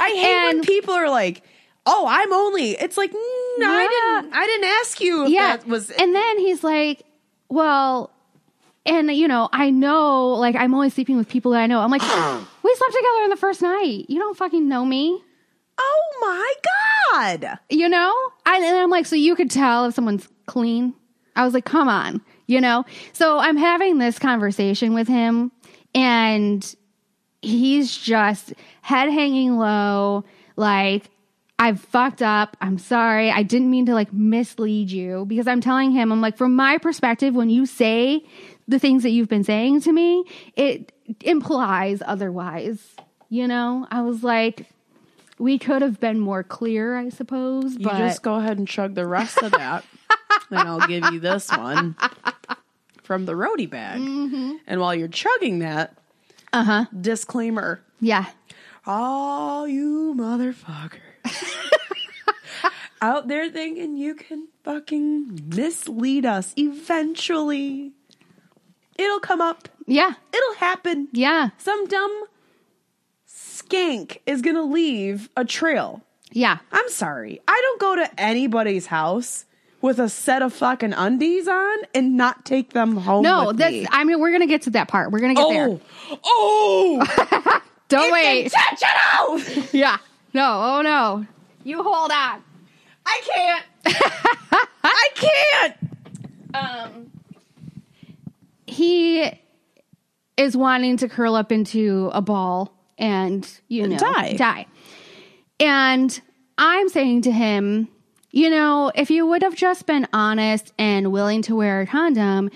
I hate when And- people are like, "Oh, I'm only." It's like, mm, I Yeah. didn't. I didn't ask you. If yeah that was and then he's like well and you know i know like i'm only sleeping with people that i know [clears throat] i'm like we slept together on the first night you don't fucking know me oh my god. you know and, and i'm like so you could tell if someone's clean i was like come on you know so i'm having this conversation with him and he's just head hanging low like i've fucked up i'm sorry i didn't mean to like mislead you because i'm telling him i'm like from my perspective when you say the things that you've been saying to me it implies otherwise you know i was like we could have been more clear i suppose You but just go ahead and chug the rest of [laughs] that, and I'll give you this one from the roadie bag. And while you're chugging that, uh-huh disclaimer: yeah all you [laughs] motherfuckers out there thinking you can fucking mislead us eventually it'll come up yeah it'll happen yeah some dumb skank is gonna leave a trail yeah i'm sorry i don't go to anybody's house with a set of fucking undies on and not take them home no with that's me. i mean we're gonna get to that part we're gonna get there oh [laughs] oh don't wait intentional [laughs] Yeah. No. Oh no. You hold on. I can't. I can't. Um, he is wanting to curl up into a ball and you know die. die. And I'm saying to him, you know, if you would have just been honest and willing to wear a condom,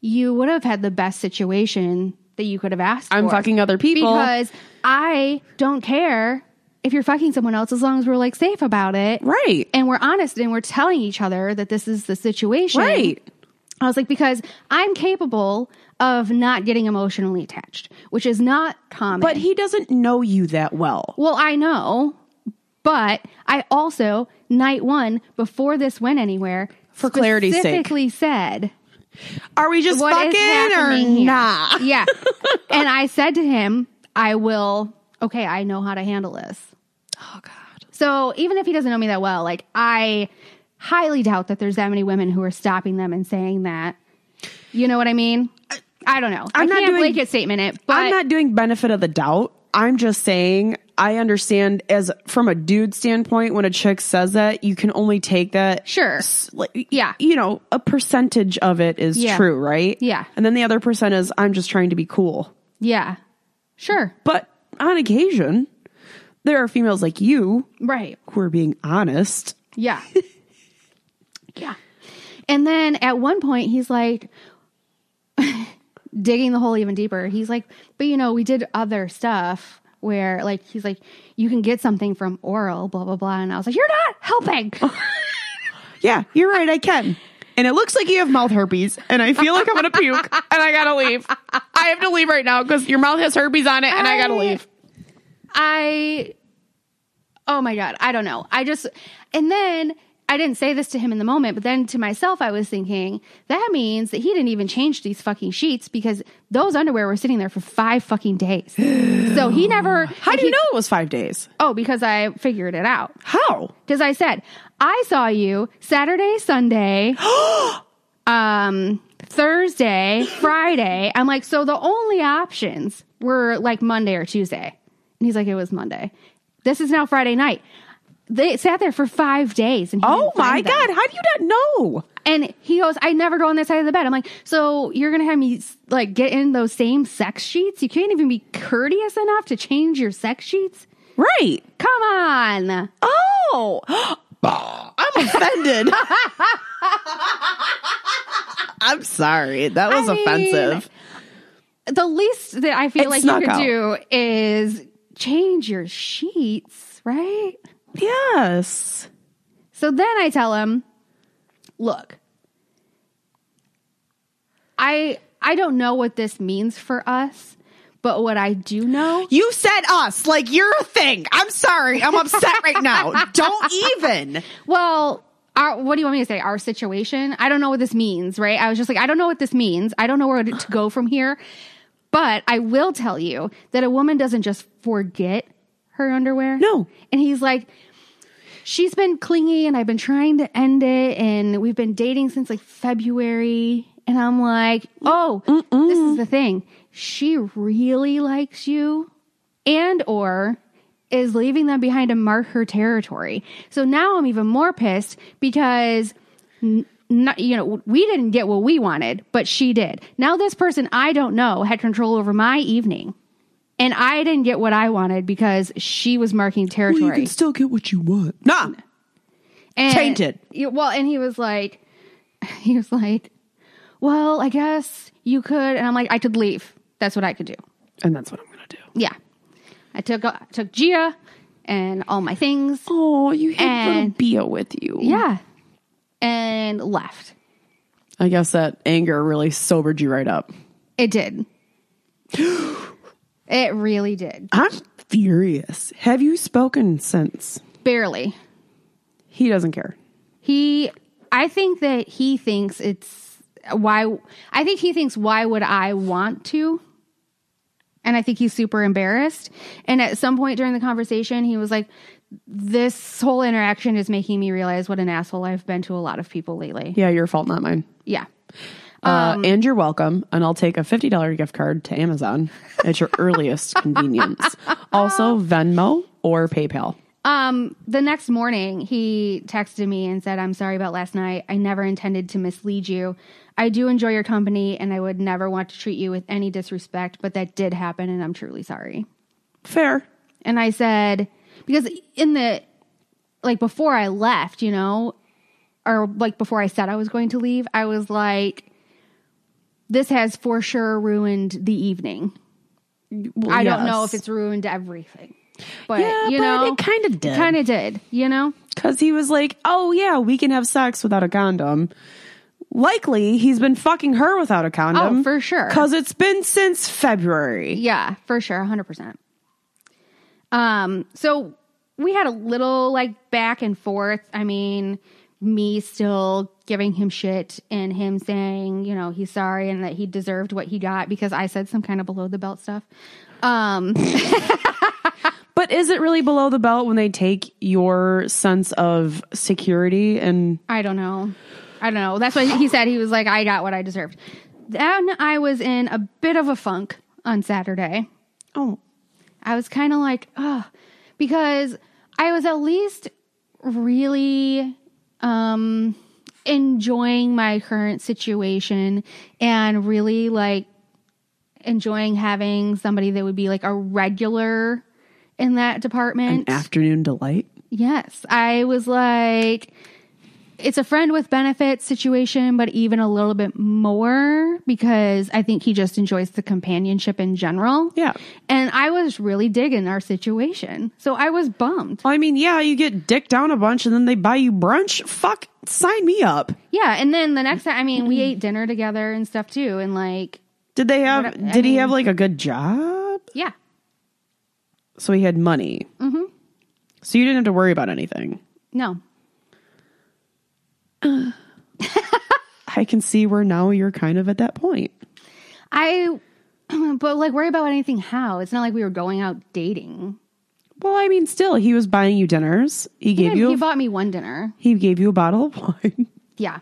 you would have had the best situation that you could have asked I'm for. fucking other people. because I don't care if you're fucking someone else, as long as we're like safe about it, Right. And we're honest and we're telling each other that this is the situation, Right. I was like, because I'm capable of not getting emotionally attached, which is not common. But he doesn't know you that well. well, I know, but I also night one before this went anywhere For clarity's sake. specifically said Are we just what is fucking or happening here? nah? [laughs] Yeah. and I said to him, I will, okay, I know how to handle this. Oh God. So even if he doesn't know me that well, like I highly doubt that there's that many women who are stopping them and saying that. You know what I mean? I don't know. I'm I I'm not can not doing- blanket statement it, but I'm not doing benefit of the doubt. I'm just saying I understand as from a dude standpoint when a chick says that you can only take that Sure. s- like, Yeah. you know a percentage of it is Yeah. true right Yeah. and then the other percent is I'm just trying to be cool yeah, sure, but on occasion there are females like you right, who are being honest [laughs] yeah, yeah. And then at one point, he's like. [laughs] digging the hole even deeper. He's like, but you know, we did other stuff where like he's like, you can get something from oral, blah blah blah. And I was like, you're not [laughs] helping. yeah you're right I can and it looks like you have mouth herpes and I feel like I'm gonna puke and I gotta leave I have to leave right now because your mouth has herpes on it and I gotta I- leave I oh my god, I don't know. I just and then I didn't say this to him in the moment, but then to myself I was thinking that means that he didn't even change these fucking sheets because those underwear were sitting there for 5 [gasps] fucking days. so he never How do you know it was five days? Oh, because I figured it out. How? Cuz I said, "I saw you [gasps] Saturday, Sunday, um Thursday, Friday." I'm like, "So the only options were like Monday or Tuesday." And he's like, "It was Monday." This is now Friday night. They sat there for 5 days and he Oh didn't my find them. God. How do you not know? And he goes, "I never go on that side of the bed." I'm like, "So you're going to have me like get in those same sex sheets? You can't even be courteous enough to change your sex sheets?" Right. Come on. Oh. [gasps] Bah, I'm offended. I'm sorry. That was I mean, offensive. the least that I feel It like you snuck could out. do is change your sheets, right? Yes. So then I tell him, look, I I don't know what this means for us, but what I do know, You said us like you're a thing. I'm sorry. I'm upset right now. Don't even. well, our, what do you want me to say? Our situation? I don't know what this means, right? I was just like, I don't know what this means. I don't know where to go from here. But I will tell you that a woman doesn't just forget her underwear. No. And he's like, she's been clingy and I've been trying to end it. And we've been dating since like February. And I'm like, oh, this is the thing. She really likes you and or is leaving them behind to mark her territory. So now I'm even more pissed because n- not, you know, we didn't get what we wanted, but she did. Now this person I don't know had control over my evening. And I didn't get what I wanted because she was marking territory. still get what you want. Nah. And- Tainted. Yeah, well, and he was like, [laughs] he was like, well, I guess you could. And I'm like, I could leave. That's what I could do. And that's what I'm going to do. Yeah, I took uh, took Gia and all my things. Oh, you had little And- Bia with you. Yeah, and left. I guess that anger really sobered you right up. It did. [gasps] it really did. I'm furious. Have you spoken since? Barely. He doesn't care. He, I think that he thinks it's why. I think he thinks why would I want to. And I think he's super embarrassed. And at some point during the conversation, he was like, "This whole interaction is making me realize what an asshole I've been to a lot of people lately." Yeah, your fault, not mine. Yeah. uh, Um, and you're welcome. And I'll take a fifty dollar gift card to Amazon at your [laughs] earliest convenience. Also, Venmo or PayPal. Um, the next morning, he texted me and said, I'm sorry about last night. I never intended to mislead you. I do enjoy your company and I would never want to treat you with any disrespect, but that did happen and I'm truly sorry. Fair. And I said, because in the, like before I left, you know, or like before I said I was going to leave, I was like, this has for sure ruined the evening. I don't know if Yes. it's ruined everything. But Yeah, you but know, it kinda did. Kind of did. You know. Because he was like, oh, yeah, we can have sex without a condom. Likely, he's been fucking her without a condom. Oh, for sure. Because it's been since February. Yeah, for sure, hundred percent. Um, so we had a little like back and forth. I mean, me still giving him shit and him saying, you know, he's sorry and that he deserved what he got because I said some kind of below the belt stuff. Um, But is it really below the belt when they take your sense of security and I don't know. I don't know. That's why he said he was like, I got what I deserved. Then I was in a bit of a funk on Saturday. oh, I was kind of like, oh, because I was at least really um, enjoying my current situation and really like enjoying having somebody that would be like a regular in that department. afternoon delight? Yes. I was like, it's a friend with benefits situation, but even a little bit more because I think he just enjoys the companionship in general. Yeah. And I was really digging our situation. So I was bummed. Well, I mean, yeah, you get dicked down a bunch and then they buy you brunch. Fuck, sign me up. Yeah. And then the next time, I mean, Mm-hmm. we ate dinner together and stuff too. And like, Did they have, What- I did he have like a good job? yeah. So he had money. Mm-hmm. So you didn't have to worry about anything. No. I can see where now you're kind of at that point. I, [clears throat] but like, worry about anything how. It's not like we were going out dating. Well, I mean, still, he was buying you dinners. He gave He you he, bought me one dinner. gave you a bottle of wine. Yeah.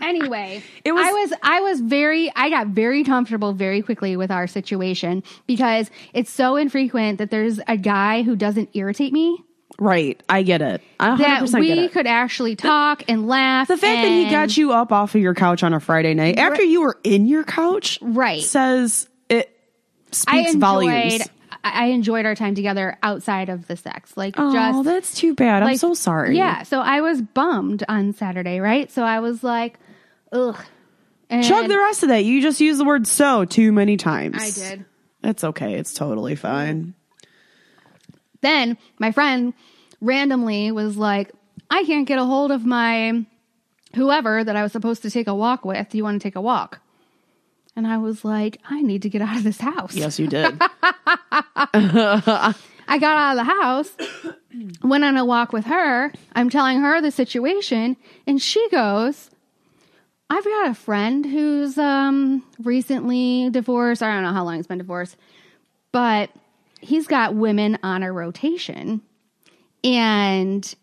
Anyway, [laughs] It was- I was I was very I got very comfortable very quickly with our situation because it's so infrequent that there's a guy who doesn't irritate me [laughs] Right, I get it. I 100% that get we it. could actually talk and laugh. The fact that he got you up off of your couch on a Friday night after you were in your couch, Right. says it I speaks enjoyed volumes. I I enjoyed our time together outside of the sex. Like Oh, just that's too bad. I'm like, so sorry. Yeah, so I was bummed on Saturday, right? So I was like, ugh. And Chug the rest of that. You just used the word so too many times. I did. That's okay. It's totally fine. then my friend randomly was like, I can't get a hold of my whoever that I was supposed to take a walk with. Do you want to take a walk? And I was like, I need to get out of this house. Yes, you did. I got out of the house, went on a walk with her. I'm telling her the situation, and she goes, I've got a friend who's um recently divorced. I don't know how long he's been divorced, but he's got women on a rotation. And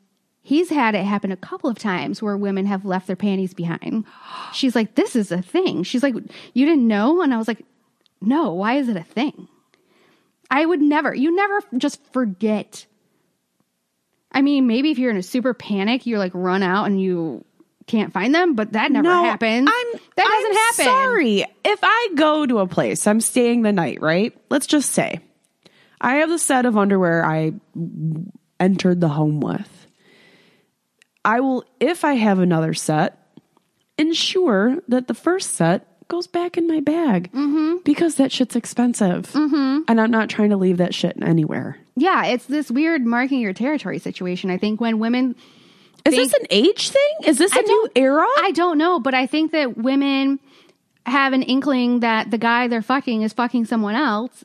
he's had it happen a couple of times where women have left their panties behind. She's like, This is a thing. She's like, You didn't know? And I was like, No, why is it a thing? I would never, you never just forget. I mean, maybe if you're in a super panic, you're like run out and you can't find them, but that never no, happens. I'm that I'm doesn't happen. Sorry. If I go to a place, I'm staying the night, right? Let's just say I have the set of underwear I entered the home with. I will, if I have another set, ensure that the first set goes back in my bag Mm-hmm. because that shit's expensive, mm-hmm. and I'm not trying to leave that shit anywhere. Yeah, it's this weird marking your territory situation. I think when women, Is this an age thing? Is this a new don't- era? I don't know, but I think that women have an inkling that the guy they're fucking is fucking someone else.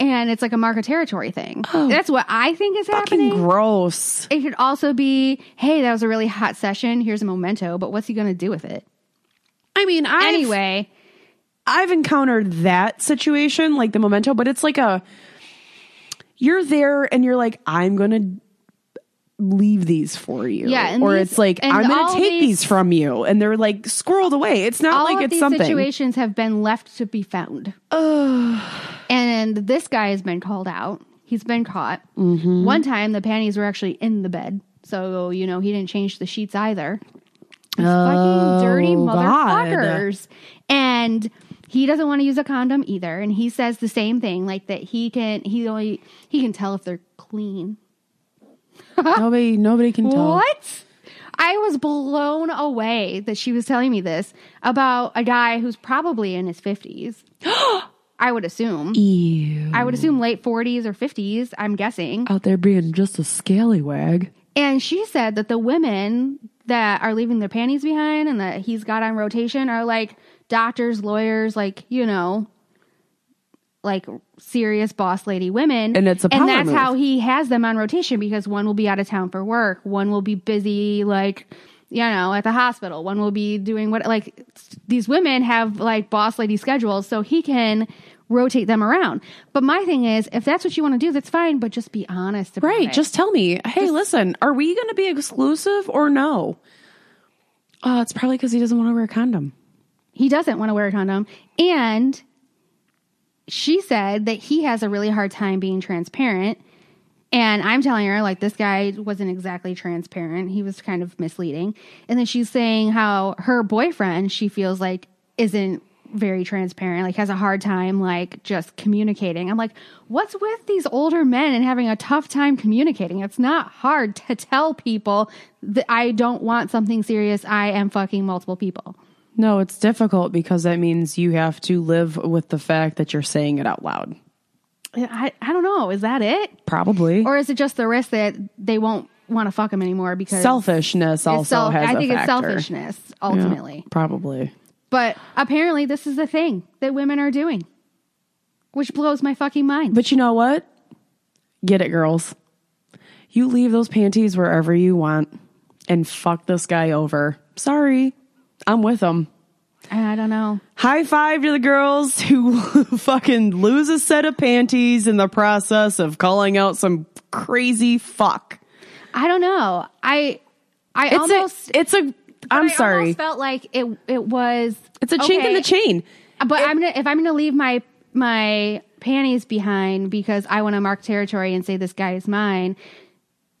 And it's like a marker territory thing. That's what I think is Fucking happening. gross. It could also be, hey, that was a really hot session. Here's a memento, but what's he going to do with it? I mean, I Anyway, I've encountered that situation, like the memento, but it's like a you're there and you're like, I'm gonna leave these for you. Yeah, and or these- it's like, and I'm all gonna take these- these, from you. And they're like squirreled away. It's not all like of it's these something. situations have been left to be found. And this guy has been called out. He's been caught. Mm-hmm. One time, the panties were actually in the bed. So, you know, he didn't change the sheets either. These fucking dirty Oh, God. motherfuckers. And he doesn't want to use a condom either. And he says the same thing, like that he can he only he can tell if they're clean. nobody nobody can tell. What? I was blown away that she was telling me this about a guy who's probably in his 50s. I would assume. Ew. I would assume late 40s or 50s, I'm guessing. Out there being just a scallywag. And she said that the women that are leaving their panties behind and that he's got on rotation are like doctors, lawyers, like, you know, like serious boss lady women. And it's a power And that's move. how he has them on rotation because one will be out of town for work, one will be busy like you know, at the hospital, one will be doing what like s- these women have like boss lady schedules so he can rotate them around. But my thing is, if that's what you want to do, that's fine, but just be honest about Right. it. Just tell me, hey, listen, are we going to be exclusive or no? Uh, it's probably because he doesn't want to wear a condom. he doesn't want to wear a condom and she said that he has a really hard time being transparent and i'm telling her like this guy wasn't exactly transparent he was kind of misleading and then she's saying how her boyfriend she feels like isn't very transparent like has a hard time like just communicating i'm like what's with these older men and having a tough time communicating it's not hard to tell people that i don't want something serious i am fucking multiple people No, it's difficult because that means you have to live with the fact that you're saying it out loud. I, I don't know. Is that it? Probably. Or is it just the risk that they won't want to fuck him anymore because selfishness also it's self- has I a think it's factor. selfishness Yeah, ultimately. probably. But apparently this is the thing that women are doing. Which blows my fucking mind. But you know what? Get it, girls. You leave those panties wherever you want and fuck this guy over. Sorry. I'm with him. I don't know. High five to the girls who [laughs] fucking lose a set of panties in the process of calling out some crazy fuck. I don't know. I I It's almost a, it's a, I'm I sorry. almost felt like it it was it's a chink in the okay, chain. But I'm gonna if I'm gonna leave my my panties behind because I want to mark territory and say this guy is mine.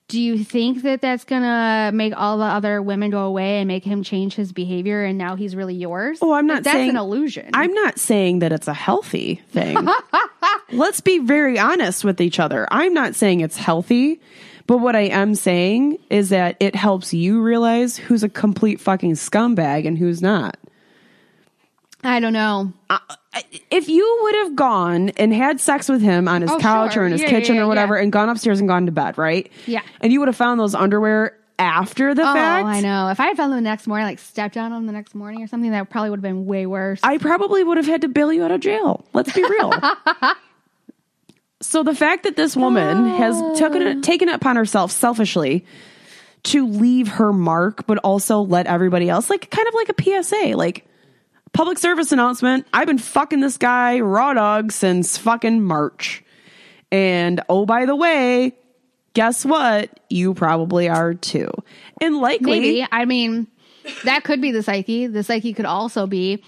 Do you think that that's gonna make all the other women go away and make him change his behavior and now he's really yours? Oh, I'm not That's saying- an illusion. I'm not saying that it's a healthy [laughs] thing. Let's be very honest with each other. I'm not saying it's healthy, but what I am saying is that it helps you realize who's a complete fucking scumbag and who's not. I don't know. Uh, If you would have gone and had sex with him on his Oh, couch sure. or in his Yeah, kitchen yeah, or yeah. whatever and gone upstairs and gone to bed, right? Yeah. And you would have found those underwear after the Oh, fact. I know. If I had found them the next morning, like stepped on them the next morning or something, that probably would have been way worse. I probably would have had to bail you out of jail. Let's be real. [laughs] so the fact that this woman has taken it, taken it upon herself selfishly to leave her mark, but also let everybody else, like kind of like a PSA, like public service announcement. I've been fucking this guy raw dog since fucking March. And oh, by the way, guess what? You probably are too. And likely, Maybe. I mean, that could be the psyche. The psyche could also be,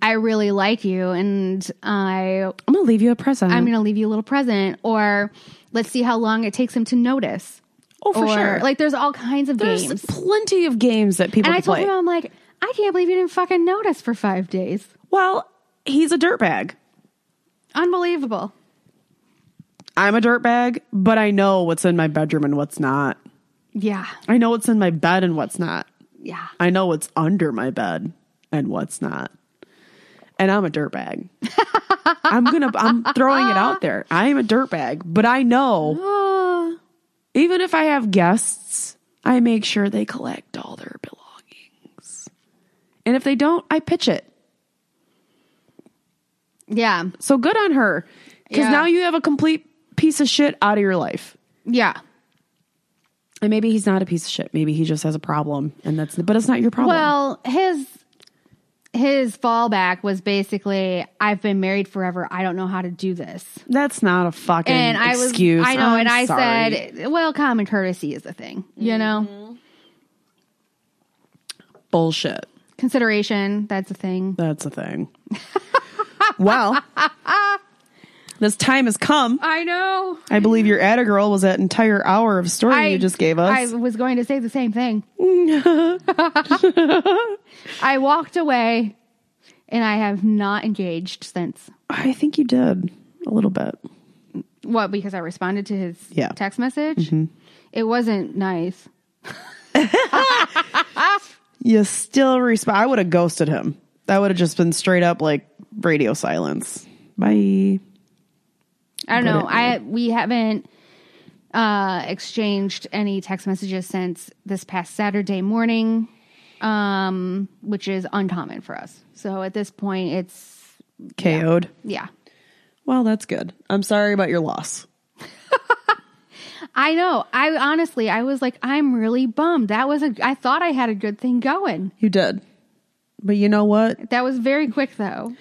I really like you and I I'm going to leave you a present. I'm going to leave you a little present, or let's see how long it takes him to notice. oh, for or, sure. Like, there's all kinds of There's games. plenty of games that people And I can told play. him, I'm like, I can't believe you didn't fucking notice for five days. well, he's a dirtbag. Unbelievable. I'm a dirtbag, but I know what's in my bedroom and what's not. Yeah. I know what's in my bed and what's not. Yeah. I know what's under my bed and what's not. And I'm a [laughs] dirtbag. I'm gonna I'm throwing it out there. I am a dirtbag, but I know Uh, [sighs] even if I have guests, I make sure they collect all their belongings. And if they don't, I pitch it. yeah. So good on her. Because Yeah. now you have a complete piece of shit out of your life. Yeah. And maybe he's not a piece of shit. Maybe he just has a problem. And that's, but it's not your problem. Well, his his fallback was basically, I've been married forever. I don't know how to do this. that's not a fucking And I was, excuse. I know, I'm and I sorry. Mm-hmm. said, well, common courtesy is a thing, you know, bullshit. consideration that's a thing. That's a thing. [laughs] [laughs] well, this time has come. I know. I believe your Atta Girl was that entire hour of story you just gave us. I was going to say the [laughs] same thing. I walked away and I have not engaged since. I think you did a little bit. What, because I responded to his Yeah. Mm-hmm. text message? It wasn't nice. You still respond. I would have ghosted him. That would have just been straight up like radio silence. Bye. I But don't know. it- I we haven't uh exchanged any text messages since this past Saturday morning, um, which is uncommon for us. So at this point, it's KO'd. yeah. Well, that's good. I'm sorry about your loss. I know. I honestly, I was like, I'm really bummed. That was a. I thought I had a good thing going. You did. But you know what? That was very quick though.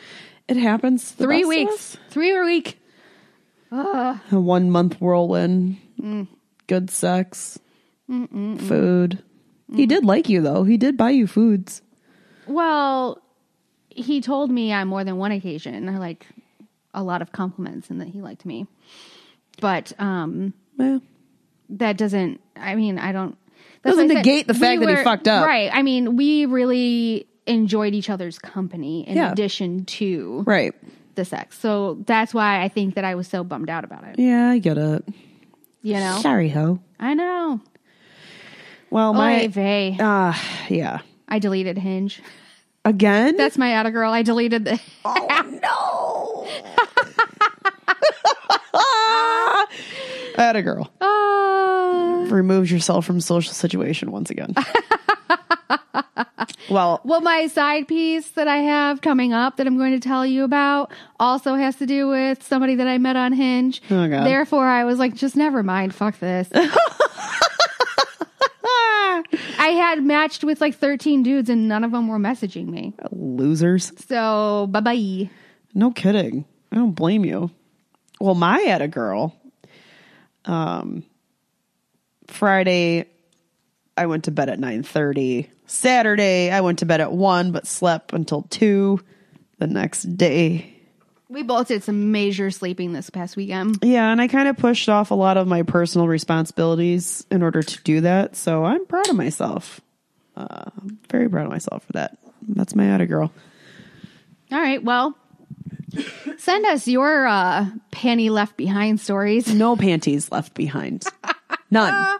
It happens. to the Three best of us. weeks. Three a week. a one month whirlwind, Mm. good sex, food. He did like you though. He did buy you foods. Well, he told me on more than one occasion, I like a lot of compliments and that he liked me. But um Yeah. that doesn't I mean, I don't Doesn't why I said negate the fact that he fucked up. Right. I mean, we really enjoyed each other's company in Yeah. addition to Right. the sex. So that's why I think that I was so bummed out about it. Yeah, I get it. You know? Sorry, ho. I know. Well, Oy my vey. uh yeah. I deleted Hinge. Again? [laughs] That's my out girl. I deleted the [laughs] oh, no. At Ah! a girl. Oh. Removes yourself from social situation once again. well, Well, my side piece that I have coming up that I'm going to tell you about also has to do with somebody that I met on Hinge. Oh, God. Therefore, I was like, just never mind. [laughs] Fuck this. I had matched with like 13 dudes and none of them were messaging me. losers. So, bye bye. No kidding. I don't blame you. Well, my at a girl. Um, Friday, I went to bed at nine thirty. Saturday, I went to bed at one, but slept until two. The next day, We both did some major sleeping this past weekend. yeah, and I kind of pushed off a lot of my personal responsibilities in order to do that. So I'm proud of myself. Uh, I'm very proud of myself for that. That's my at a girl. All right. Well, send us your uh, panty left behind stories. No panties left [laughs] behind. None.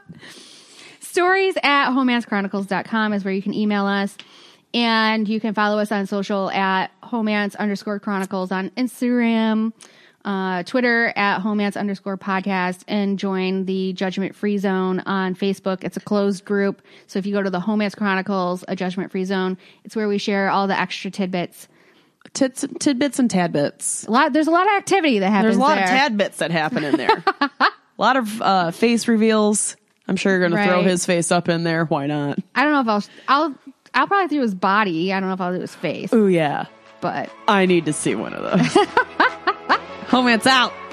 stories at homancechronicles.com is where you can email us and you can follow us on social at homance underscore chronicles on instagram uh, twitter at homance underscore podcast and join the judgment free zone on facebook it's a closed group so if you go to the homance chronicles a judgment free zone it's where we share all the extra tidbits Tits, tidbits and tadbits. a lot there's a lot of activity that There's happens a lot of there. tadbits that happen in [laughs] there. a lot of uh, face reveals. I'm sure you're going to throw Right. his face up in there. Why not? i don't know if i'll i'll i'll probably do his body i don't know if i'll do his face Oh yeah, but [laughs] I need to see one of those. Homance out.